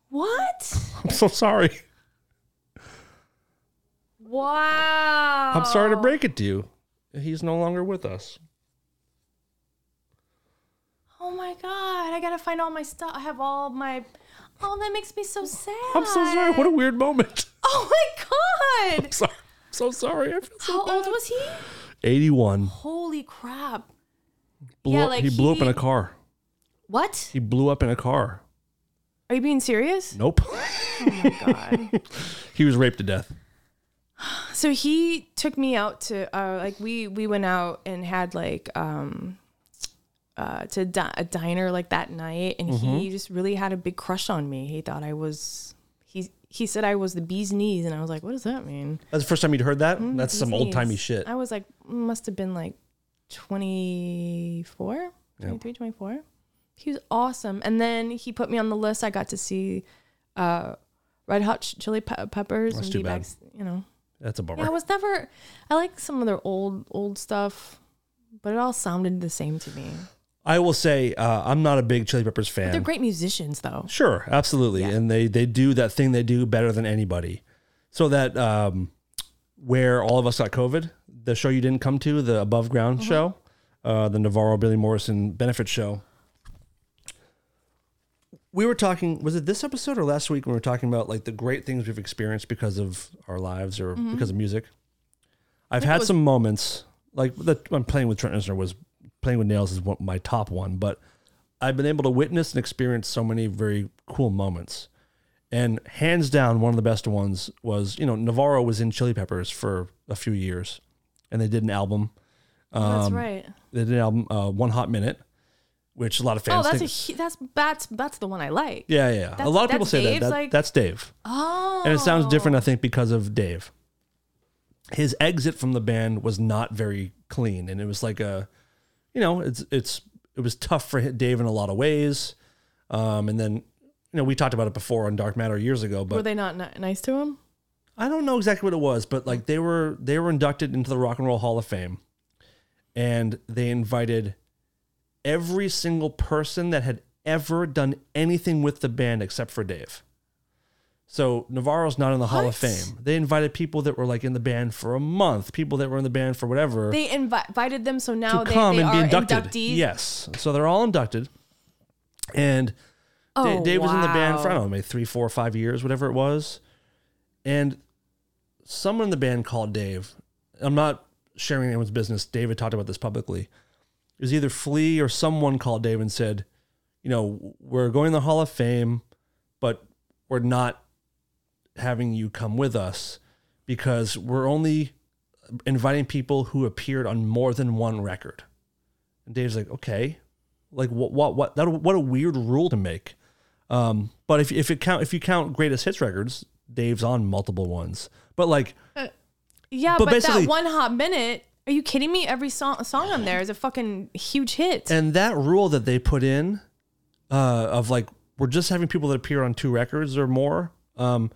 [SPEAKER 1] What?
[SPEAKER 2] I'm so sorry.
[SPEAKER 1] Wow.
[SPEAKER 2] I'm sorry to break it to you. He's no longer with us.
[SPEAKER 1] Oh my god, I gotta find all my stuff. I have all my Oh, that makes me so sad.
[SPEAKER 2] I'm so sorry. What a weird moment.
[SPEAKER 1] Oh my god!
[SPEAKER 2] Sorry. So sorry. I feel so
[SPEAKER 1] How
[SPEAKER 2] bad.
[SPEAKER 1] old was he?
[SPEAKER 2] 81.
[SPEAKER 1] Holy crap.
[SPEAKER 2] Blew
[SPEAKER 1] Yeah,
[SPEAKER 2] up-
[SPEAKER 1] like
[SPEAKER 2] he blew up in
[SPEAKER 1] he-
[SPEAKER 2] a car.
[SPEAKER 1] What?
[SPEAKER 2] He blew up in a car.
[SPEAKER 1] Are you being serious?
[SPEAKER 2] Nope.
[SPEAKER 1] God.
[SPEAKER 2] he was raped to death.
[SPEAKER 1] so he took me out to uh, like we we went out and had like um uh to di- a diner like that night and he just really had a big crush on me. He thought I was he he said I was the bee's knees and I was like, "What does that mean?"
[SPEAKER 2] That's the first time you'd heard that? That's some
[SPEAKER 1] Bee's
[SPEAKER 2] old timey
[SPEAKER 1] knees.
[SPEAKER 2] shit.
[SPEAKER 1] Mm, I was like must have been like 24, 23, 24. He was awesome. And then he put me on the list. I got to see uh Red Hot Ch- Chili Pe- Peppers
[SPEAKER 2] That's
[SPEAKER 1] and
[SPEAKER 2] too bad.
[SPEAKER 1] D-backs, you know.
[SPEAKER 2] That's a bummer.
[SPEAKER 1] Yeah, I was never. I like some of their old old stuff, but it all sounded the same to me.
[SPEAKER 2] I will say uh, I'm not a big Chili Peppers fan.
[SPEAKER 1] They're great musicians, though.
[SPEAKER 2] Sure, absolutely, and they they do that thing they do better than anybody. So that um, where all of us got COVID, the show you didn't come to, the above ground show, uh, the Navarro Billy Morrison benefit show. We were talking. Was it this episode or last week? When we were talking about like the great things we've experienced because of our lives or because of music. I've had some moments like the, when playing with Trent Reznor was playing with nails is one, my top one, but I've been able to witness and experience so many very cool moments. And hands down, one of the best ones was, you know, Navarro was in Chili Peppers for a few years and they did an album. Um,
[SPEAKER 1] Oh, that's right.
[SPEAKER 2] They did an album, uh, One Hot Minute, which a lot of fans
[SPEAKER 1] Oh, that's a
[SPEAKER 2] think.
[SPEAKER 1] hu- that's that's that's the one I like.
[SPEAKER 2] yeah, yeah. yeah. A
[SPEAKER 1] that's-
[SPEAKER 2] lot of people
[SPEAKER 1] that's
[SPEAKER 2] say that.
[SPEAKER 1] Dave's,
[SPEAKER 2] that
[SPEAKER 1] like-
[SPEAKER 2] that's Dave.
[SPEAKER 1] Oh,
[SPEAKER 2] And it sounds different, I think, because of Dave. His exit from the band was not very clean, and it was like a, you know, it's it's it was tough for Dave in a lot of ways. Um, and then, you know, we talked about it before on Dark Matter years ago,
[SPEAKER 1] Were
[SPEAKER 2] but
[SPEAKER 1] they not ni- nice to him?
[SPEAKER 2] I don't know exactly what it was, but like they were they were inducted into the Rock and Roll Hall of Fame, and they invited every single person that had ever done anything with the band except for Dave. So Navarro's not in the Hall of
[SPEAKER 1] What?
[SPEAKER 2] Fame. They invited people that were like in the band for a month, people that were in the band for whatever
[SPEAKER 1] They invi- invited them, so
[SPEAKER 2] to
[SPEAKER 1] now they,
[SPEAKER 2] come
[SPEAKER 1] they
[SPEAKER 2] and be
[SPEAKER 1] are
[SPEAKER 2] inducted.
[SPEAKER 1] inductees.
[SPEAKER 2] Yes, so they're all inducted, and Da-
[SPEAKER 1] Oh,
[SPEAKER 2] Dave was in the band
[SPEAKER 1] wow.
[SPEAKER 2] for I don't know, maybe three, four, five years, whatever it was. And someone in the band called Dave. I'm not sharing anyone's business. David talked about this publicly. It was either Flea or someone called Dave and said, you know, we're going to the Hall of Fame, but we're not having you come with us because we're only inviting people who appeared on more than one record. And Dave's like, okay, like what, what, what, that, what a weird rule to make. Um, but if, if it count, if you count greatest hits records, Dave's on multiple ones, but like,
[SPEAKER 1] Yeah,
[SPEAKER 2] But
[SPEAKER 1] but,
[SPEAKER 2] basically-
[SPEAKER 1] that one hot minute. Are you kidding me? Every song song on there is a fucking huge hit.
[SPEAKER 2] and that rule that they put in, uh, of like, we're just having people that appear on two records or more. Um,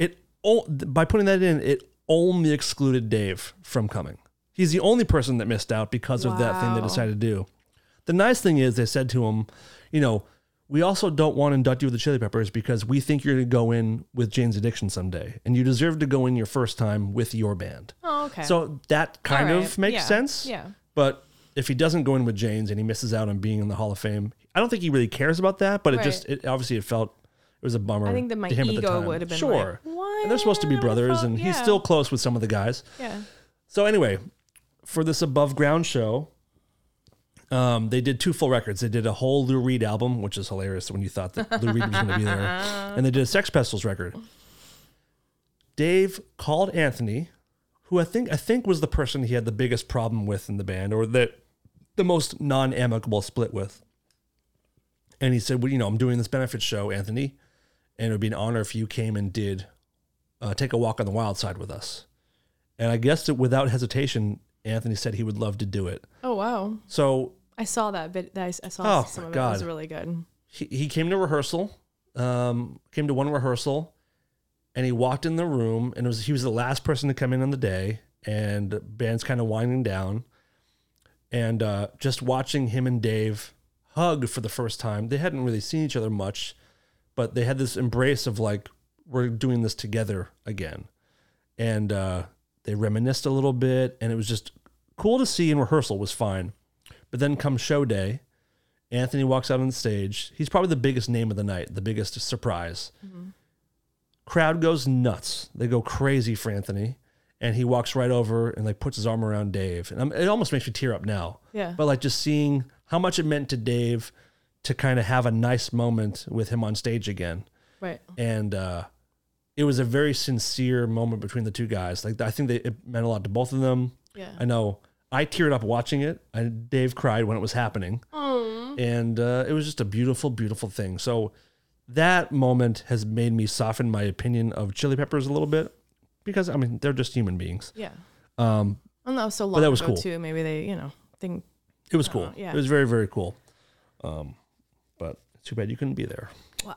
[SPEAKER 2] it, o- by putting that in, it only excluded Dave from coming. He's the only person that missed out because of that thing they
[SPEAKER 1] Wow.
[SPEAKER 2] decided to do. The nice thing is they said to him, you know, We also don't want to induct you with the Chili Peppers because we think you're going to go in with Jane's Addiction someday, and you deserve to go in your first time with your band.
[SPEAKER 1] Oh, okay.
[SPEAKER 2] So that kind
[SPEAKER 1] All
[SPEAKER 2] of
[SPEAKER 1] right.
[SPEAKER 2] makes
[SPEAKER 1] Yeah.
[SPEAKER 2] sense.
[SPEAKER 1] Yeah.
[SPEAKER 2] But if he doesn't go in with Jane's and he misses out on being in the Hall of Fame, I don't think he really cares about that. But it
[SPEAKER 1] Right.
[SPEAKER 2] just it, obviously it felt it was a bummer.
[SPEAKER 1] I think that my
[SPEAKER 2] to him at the
[SPEAKER 1] ego
[SPEAKER 2] time.
[SPEAKER 1] would have been
[SPEAKER 2] sure.
[SPEAKER 1] like, "What
[SPEAKER 2] And they're supposed to be
[SPEAKER 1] the
[SPEAKER 2] brothers,
[SPEAKER 1] fuck?"
[SPEAKER 2] and he's
[SPEAKER 1] Yeah.
[SPEAKER 2] still close with some of the guys.
[SPEAKER 1] yeah.
[SPEAKER 2] So anyway, for this above ground show, um, they did two full records. They did a whole Lou Reed album, which is hilarious when you thought that Lou Reed was going to be there, and they did a Sex Pistols record. Dave called Anthony, who I think I think was the person he had the biggest problem with in the band, or that the most non amicable split with. And he said, "Well, you know, I'm doing this benefit show, Anthony, and it would be an honor if you came and did uh, take a walk on the wild side with us." And I guess that without hesitation, Anthony said he would love to do it.
[SPEAKER 1] Oh wow.
[SPEAKER 2] So
[SPEAKER 1] I saw that bit. I, I saw
[SPEAKER 2] Oh,
[SPEAKER 1] some
[SPEAKER 2] my
[SPEAKER 1] of it. It was
[SPEAKER 2] God.
[SPEAKER 1] really good.
[SPEAKER 2] he, he came to rehearsal, um, came to one rehearsal, and he walked in the room, and it was he was the last person to come in on the day, and band's kind of winding down, and uh, just watching him and Dave hug for the first time. They hadn't really seen each other much, but they had this embrace of like we're doing this together again, and uh, they reminisced a little bit, and it was just cool to see. And rehearsal was fine, but then come show day. Anthony walks out on the stage. He's probably the biggest name of the night, the biggest surprise. Crowd goes nuts. They go crazy for Anthony, and he walks right over and like puts his arm around Dave. And I'm, it almost makes me tear up now.
[SPEAKER 1] Yeah.
[SPEAKER 2] But like just seeing how much it meant to Dave to kind of have a nice moment with him on stage again
[SPEAKER 1] Right.
[SPEAKER 2] and uh, it was a very sincere moment between the two guys. Like I think they, it meant a lot to both of them.
[SPEAKER 1] Yeah.
[SPEAKER 2] I know I teared up watching it. I, Dave cried when it was happening, and uh, it was just a beautiful, beautiful thing. So that moment has made me soften my opinion of Chili Peppers a little bit because I mean they're just human beings.
[SPEAKER 1] Yeah.
[SPEAKER 2] Um,
[SPEAKER 1] And that was so long
[SPEAKER 2] that was
[SPEAKER 1] ago
[SPEAKER 2] cool.
[SPEAKER 1] too. Maybe they, you know, think
[SPEAKER 2] it was cool.
[SPEAKER 1] Oh, yeah.
[SPEAKER 2] It was very, very cool. Um, but it's too bad you couldn't be there.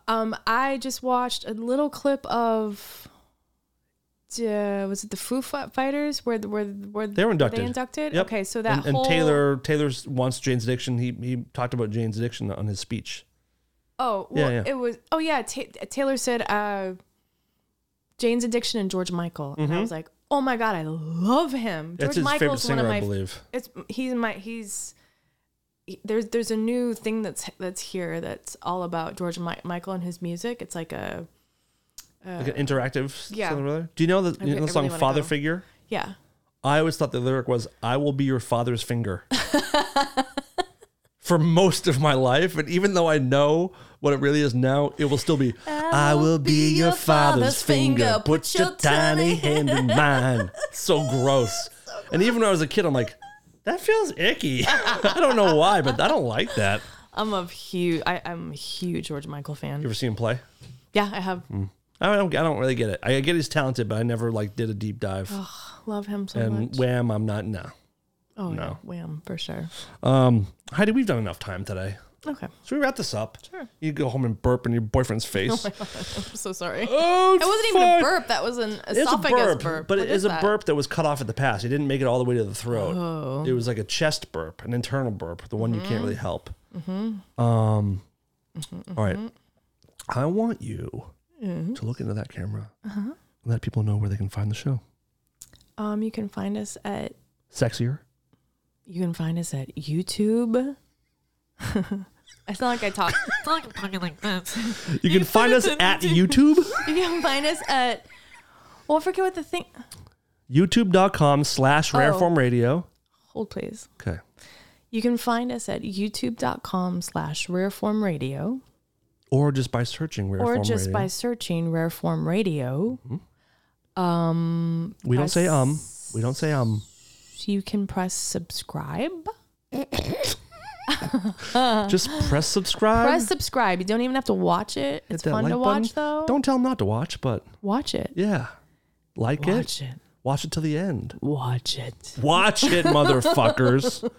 [SPEAKER 1] Um, I just watched a little clip of. Uh, was it the Foo Fi- Fighters where the- where where
[SPEAKER 2] They were inducted.
[SPEAKER 1] They inducted.
[SPEAKER 2] Yep.
[SPEAKER 1] Okay, so that
[SPEAKER 2] and, and
[SPEAKER 1] whole
[SPEAKER 2] Taylor Taylor's wants Jane's addiction. He he talked about Jane's addiction on his speech.
[SPEAKER 1] Oh
[SPEAKER 2] Yeah,
[SPEAKER 1] well,
[SPEAKER 2] yeah.
[SPEAKER 1] it was. Oh yeah, Ta Taylor said uh, Jane's Addiction and George Michael, and I was like, oh my god, I love him. George
[SPEAKER 2] Mm-hmm. That's his favorite
[SPEAKER 1] Michael's one
[SPEAKER 2] singer,
[SPEAKER 1] of my.
[SPEAKER 2] I believe.
[SPEAKER 1] It's he's my he's. he- There's there's a new thing that's that's here that's all about George Mi- Michael and his music. It's like a
[SPEAKER 2] like an interactive.
[SPEAKER 1] yeah.
[SPEAKER 2] something or other. Do you know the,
[SPEAKER 1] I
[SPEAKER 2] you
[SPEAKER 1] re-
[SPEAKER 2] know the
[SPEAKER 1] I
[SPEAKER 2] song
[SPEAKER 1] really wanna
[SPEAKER 2] Father
[SPEAKER 1] go.
[SPEAKER 2] Figure?
[SPEAKER 1] yeah.
[SPEAKER 2] I always thought the lyric was "I will be your father's finger." For most of my life, and even though I know what it really is now, it will still be "I will be your father's finger." Put your tiny hand in mine. So gross. And even when I was a kid, I'm like, that feels icky. I don't know why, but I don't like that.
[SPEAKER 1] I'm a huge I, I'm a huge George Michael
[SPEAKER 2] You
[SPEAKER 1] fan.
[SPEAKER 2] ever see him play?
[SPEAKER 1] Yeah, I have
[SPEAKER 2] Mm. I don't. I don't really get it. I get he's talented, but I never like did a deep dive.
[SPEAKER 1] love him so
[SPEAKER 2] and
[SPEAKER 1] Oh, much.
[SPEAKER 2] wham, I'm not. No.
[SPEAKER 1] oh no.
[SPEAKER 2] no.
[SPEAKER 1] wham for sure.
[SPEAKER 2] Um, Heidi, we've done enough time today.
[SPEAKER 1] Okay,
[SPEAKER 2] Should we wrap this up?
[SPEAKER 1] Sure.
[SPEAKER 2] You go home and burp in your boyfriend's face.
[SPEAKER 1] I'm so sorry.
[SPEAKER 2] Oh,
[SPEAKER 1] It wasn't even a
[SPEAKER 2] fuck.
[SPEAKER 1] burp. That was an
[SPEAKER 2] It's a
[SPEAKER 1] esophagus
[SPEAKER 2] burp, but
[SPEAKER 1] What
[SPEAKER 2] it is, a
[SPEAKER 1] that?
[SPEAKER 2] burp that was cut off at the pass. He didn't make it all the way to the
[SPEAKER 1] Oh.
[SPEAKER 2] throat. It was like a chest burp, an internal burp, the one you
[SPEAKER 1] Mm-hmm.
[SPEAKER 2] can't really help. Um, all right.
[SPEAKER 1] mm-hmm.
[SPEAKER 2] I want you to look into that camera
[SPEAKER 1] Uh-huh.
[SPEAKER 2] and let people know where they can find the show.
[SPEAKER 1] Um, you can find us at
[SPEAKER 2] Sexier.
[SPEAKER 1] you can find us at YouTube. it's not like I talk. it's not like I'm talking like this.
[SPEAKER 2] You, can find us at YouTube.
[SPEAKER 1] You can find us at. Well, I forget what the thing.
[SPEAKER 2] YouTube.com slash
[SPEAKER 1] Oh.
[SPEAKER 2] rareform radio.
[SPEAKER 1] Hold please.
[SPEAKER 2] Okay.
[SPEAKER 1] You can find us at youtube.com slash rareform radio
[SPEAKER 2] Or just by searching rareform
[SPEAKER 1] or just
[SPEAKER 2] radio.
[SPEAKER 1] by searching rareform radio.
[SPEAKER 2] We don't say um. We don't say um.
[SPEAKER 1] You can press subscribe.
[SPEAKER 2] Just press subscribe.
[SPEAKER 1] Uh. Press subscribe. You don't even have to watch it.
[SPEAKER 2] Um, hit
[SPEAKER 1] It's
[SPEAKER 2] that
[SPEAKER 1] fun
[SPEAKER 2] like
[SPEAKER 1] to watch
[SPEAKER 2] button.
[SPEAKER 1] though.
[SPEAKER 2] Don't tell them not to watch, but
[SPEAKER 1] watch it.
[SPEAKER 2] yeah, like
[SPEAKER 1] Watch
[SPEAKER 2] it.
[SPEAKER 1] it.
[SPEAKER 2] Watch it till the end.
[SPEAKER 1] Watch it.
[SPEAKER 2] Watch it, motherfuckers.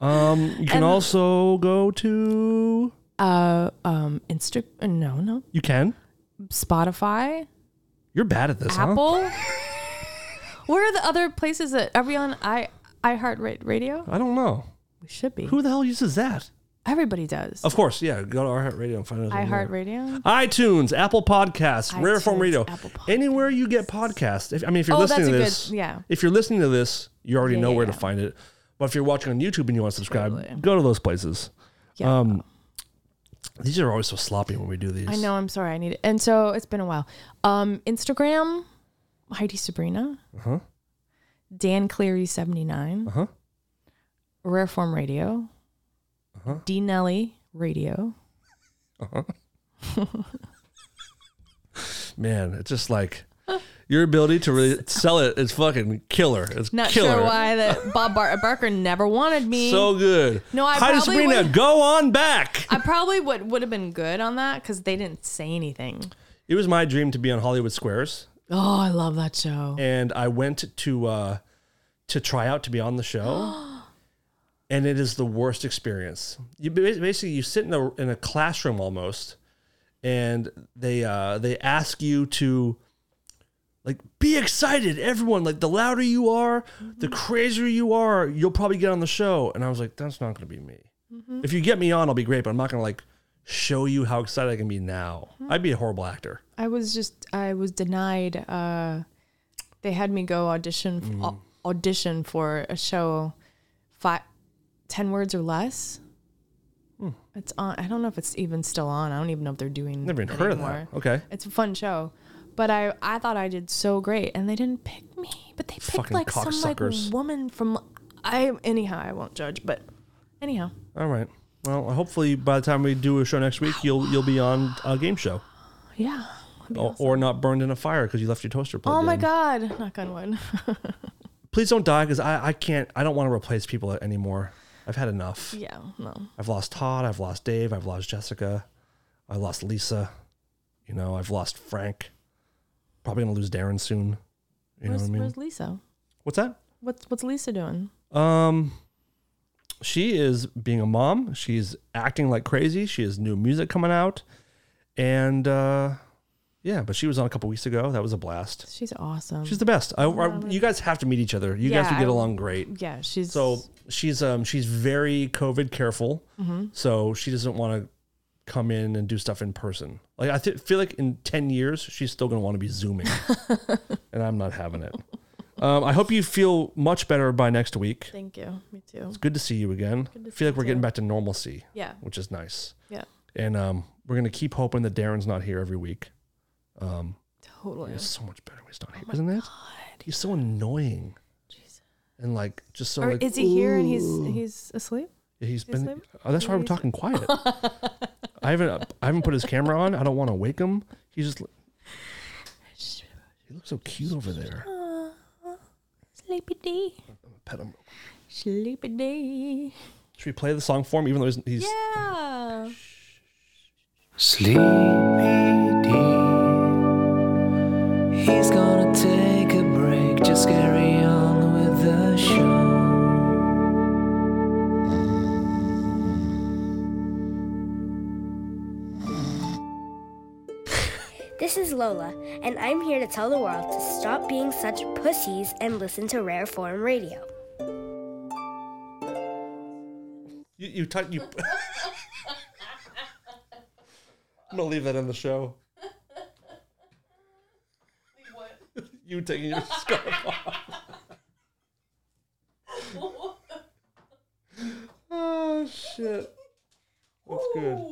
[SPEAKER 2] Um, you can also go to.
[SPEAKER 1] Uh, um, Insta. uh, No, no.
[SPEAKER 2] You can.
[SPEAKER 1] Spotify,
[SPEAKER 2] You're bad at this, huh?
[SPEAKER 1] Apple. Where are the other places that are we on? I iHeart Radio.
[SPEAKER 2] I don't know.
[SPEAKER 1] We should be.
[SPEAKER 2] Who the hell uses that?
[SPEAKER 1] Everybody does.
[SPEAKER 2] Of course, yeah. Go to iHeartRadio and find us. on there.
[SPEAKER 1] iHeartRadio.
[SPEAKER 2] iTunes, Apple Podcasts, Rareform
[SPEAKER 1] iTunes,
[SPEAKER 2] Radio,
[SPEAKER 1] Apple Podcasts.
[SPEAKER 2] anywhere you get podcasts. If, I mean, if you're
[SPEAKER 1] Oh,
[SPEAKER 2] listening
[SPEAKER 1] that's a
[SPEAKER 2] to this,
[SPEAKER 1] good- yeah.
[SPEAKER 2] If you're listening to this, you already
[SPEAKER 1] Yeah,
[SPEAKER 2] know
[SPEAKER 1] yeah,
[SPEAKER 2] where to
[SPEAKER 1] yeah.
[SPEAKER 2] find it. But if you're watching on YouTube and you want to subscribe,
[SPEAKER 1] Totally.
[SPEAKER 2] go to those places.
[SPEAKER 1] Yeah.
[SPEAKER 2] Um, these are always so sloppy when we do these.
[SPEAKER 1] I know. I'm sorry. I need it. And so it's been a while. Um, Instagram, Heidi Sabrina.
[SPEAKER 2] Uh-huh.
[SPEAKER 1] Dan Cleary seventy nine.
[SPEAKER 2] Uh huh.
[SPEAKER 1] Rare Form Radio.
[SPEAKER 2] Uh-huh.
[SPEAKER 1] D Nelly Radio.
[SPEAKER 2] Man, it's just like your ability to really sell it is fucking killer. It's
[SPEAKER 1] Not
[SPEAKER 2] killer.
[SPEAKER 1] sure why that Bob Bar- Barker never wanted me.
[SPEAKER 2] So good.
[SPEAKER 1] No, I
[SPEAKER 2] Heidi
[SPEAKER 1] probably
[SPEAKER 2] Sabrina,
[SPEAKER 1] would-
[SPEAKER 2] go on back.
[SPEAKER 1] I probably would would have been good on that because they didn't say anything.
[SPEAKER 2] It was my dream to be on Hollywood Squares.
[SPEAKER 1] Oh, I love that show.
[SPEAKER 2] and I went to uh, to try out to be on the show, and it is the worst experience. You ba- basically you sit in a in a classroom almost, and they uh, they ask you to like be excited, everyone. Like the louder you are, the crazier you are, you'll probably get on the show. And I was like, that's not going to be me. If you get me on, I'll be great, but I'm not going to like show you how excited I can be now. I'd be a horrible actor.
[SPEAKER 1] I was just I was denied. Uh, they had me go audition
[SPEAKER 2] Mm.
[SPEAKER 1] au- audition for a show, five, ten words or less.
[SPEAKER 2] Hmm.
[SPEAKER 1] It's on. I don't know if it's even still on. I don't even know if they're doing.
[SPEAKER 2] Never
[SPEAKER 1] it
[SPEAKER 2] even heard of
[SPEAKER 1] anymore.
[SPEAKER 2] that. Okay.
[SPEAKER 1] It's a fun show, but I I thought I did so great, and they didn't pick me. But they picked
[SPEAKER 2] Fucking
[SPEAKER 1] like some like
[SPEAKER 2] cocksuckers.
[SPEAKER 1] woman from. I anyhow I won't judge, but anyhow
[SPEAKER 2] All right. Well, hopefully by the time we do a show next week, you'll you'll be on a game show,
[SPEAKER 1] yeah. that'd be
[SPEAKER 2] or,
[SPEAKER 1] awesome.
[SPEAKER 2] or not burned in a fire because you left your toaster plugged
[SPEAKER 1] Oh my
[SPEAKER 2] in.
[SPEAKER 1] god! Knock on wood.
[SPEAKER 2] Please don't die because I, I can't I don't want to replace people anymore. I've had enough.
[SPEAKER 1] yeah. No.
[SPEAKER 2] I've lost Todd. I've lost Dave. I've lost Jessica. I lost Lisa. You know, I've lost Frank. Probably gonna lose Darren soon. You know
[SPEAKER 1] where's,
[SPEAKER 2] what I mean?
[SPEAKER 1] where's Lisa?
[SPEAKER 2] What's that?
[SPEAKER 1] What's what's Lisa doing?
[SPEAKER 2] Um, she is being a mom. She's acting like crazy. She has new music coming out, and uh, yeah, but she was on a couple weeks ago. That was a blast.
[SPEAKER 1] She's awesome.
[SPEAKER 2] She's the best. I, I- you guys have to meet each other. You guys
[SPEAKER 1] Yeah,
[SPEAKER 2] would get
[SPEAKER 1] I-
[SPEAKER 2] along great.
[SPEAKER 1] yeah, she's
[SPEAKER 2] So she's um she's very COVID careful. So she doesn't want to come in and do stuff in person. Like I th- feel like in ten years she's still gonna want to be zooming, and I'm not having it. Um, I hope you feel much better by next week.
[SPEAKER 1] Thank you. Me too.
[SPEAKER 2] It's good to see you again. I feel like we're getting back to normalcy,
[SPEAKER 1] Yeah,
[SPEAKER 2] which is nice.
[SPEAKER 1] yeah,
[SPEAKER 2] And um, we're gonna keep hoping that Darren's not here every week.
[SPEAKER 1] totally.
[SPEAKER 2] It's so much better when he's not here, isn't it? He's so annoying. And like just so
[SPEAKER 1] Or
[SPEAKER 2] like
[SPEAKER 1] is he here and he's he's asleep?
[SPEAKER 2] Yeah, he's
[SPEAKER 1] His
[SPEAKER 2] been.
[SPEAKER 1] name?
[SPEAKER 2] Oh, that's why we're talking quiet. I haven't. I haven't put his camera on. I don't want to wake him. He just. l- He looks so cute over there.
[SPEAKER 1] Sleepy D,
[SPEAKER 2] Pet him.
[SPEAKER 1] sleepy D.
[SPEAKER 2] Should we play the song for him? Even though he's. he's
[SPEAKER 1] Yeah.
[SPEAKER 4] Sleepy D. He's gonna take a break, just carry on with the show.
[SPEAKER 6] This is Lola, and I'm here to tell the world to stop being such pussies and listen to Rare Form Radio.
[SPEAKER 2] You you touch you. I'm gonna leave that in the show. you taking your scarf off. oh shit. That's good.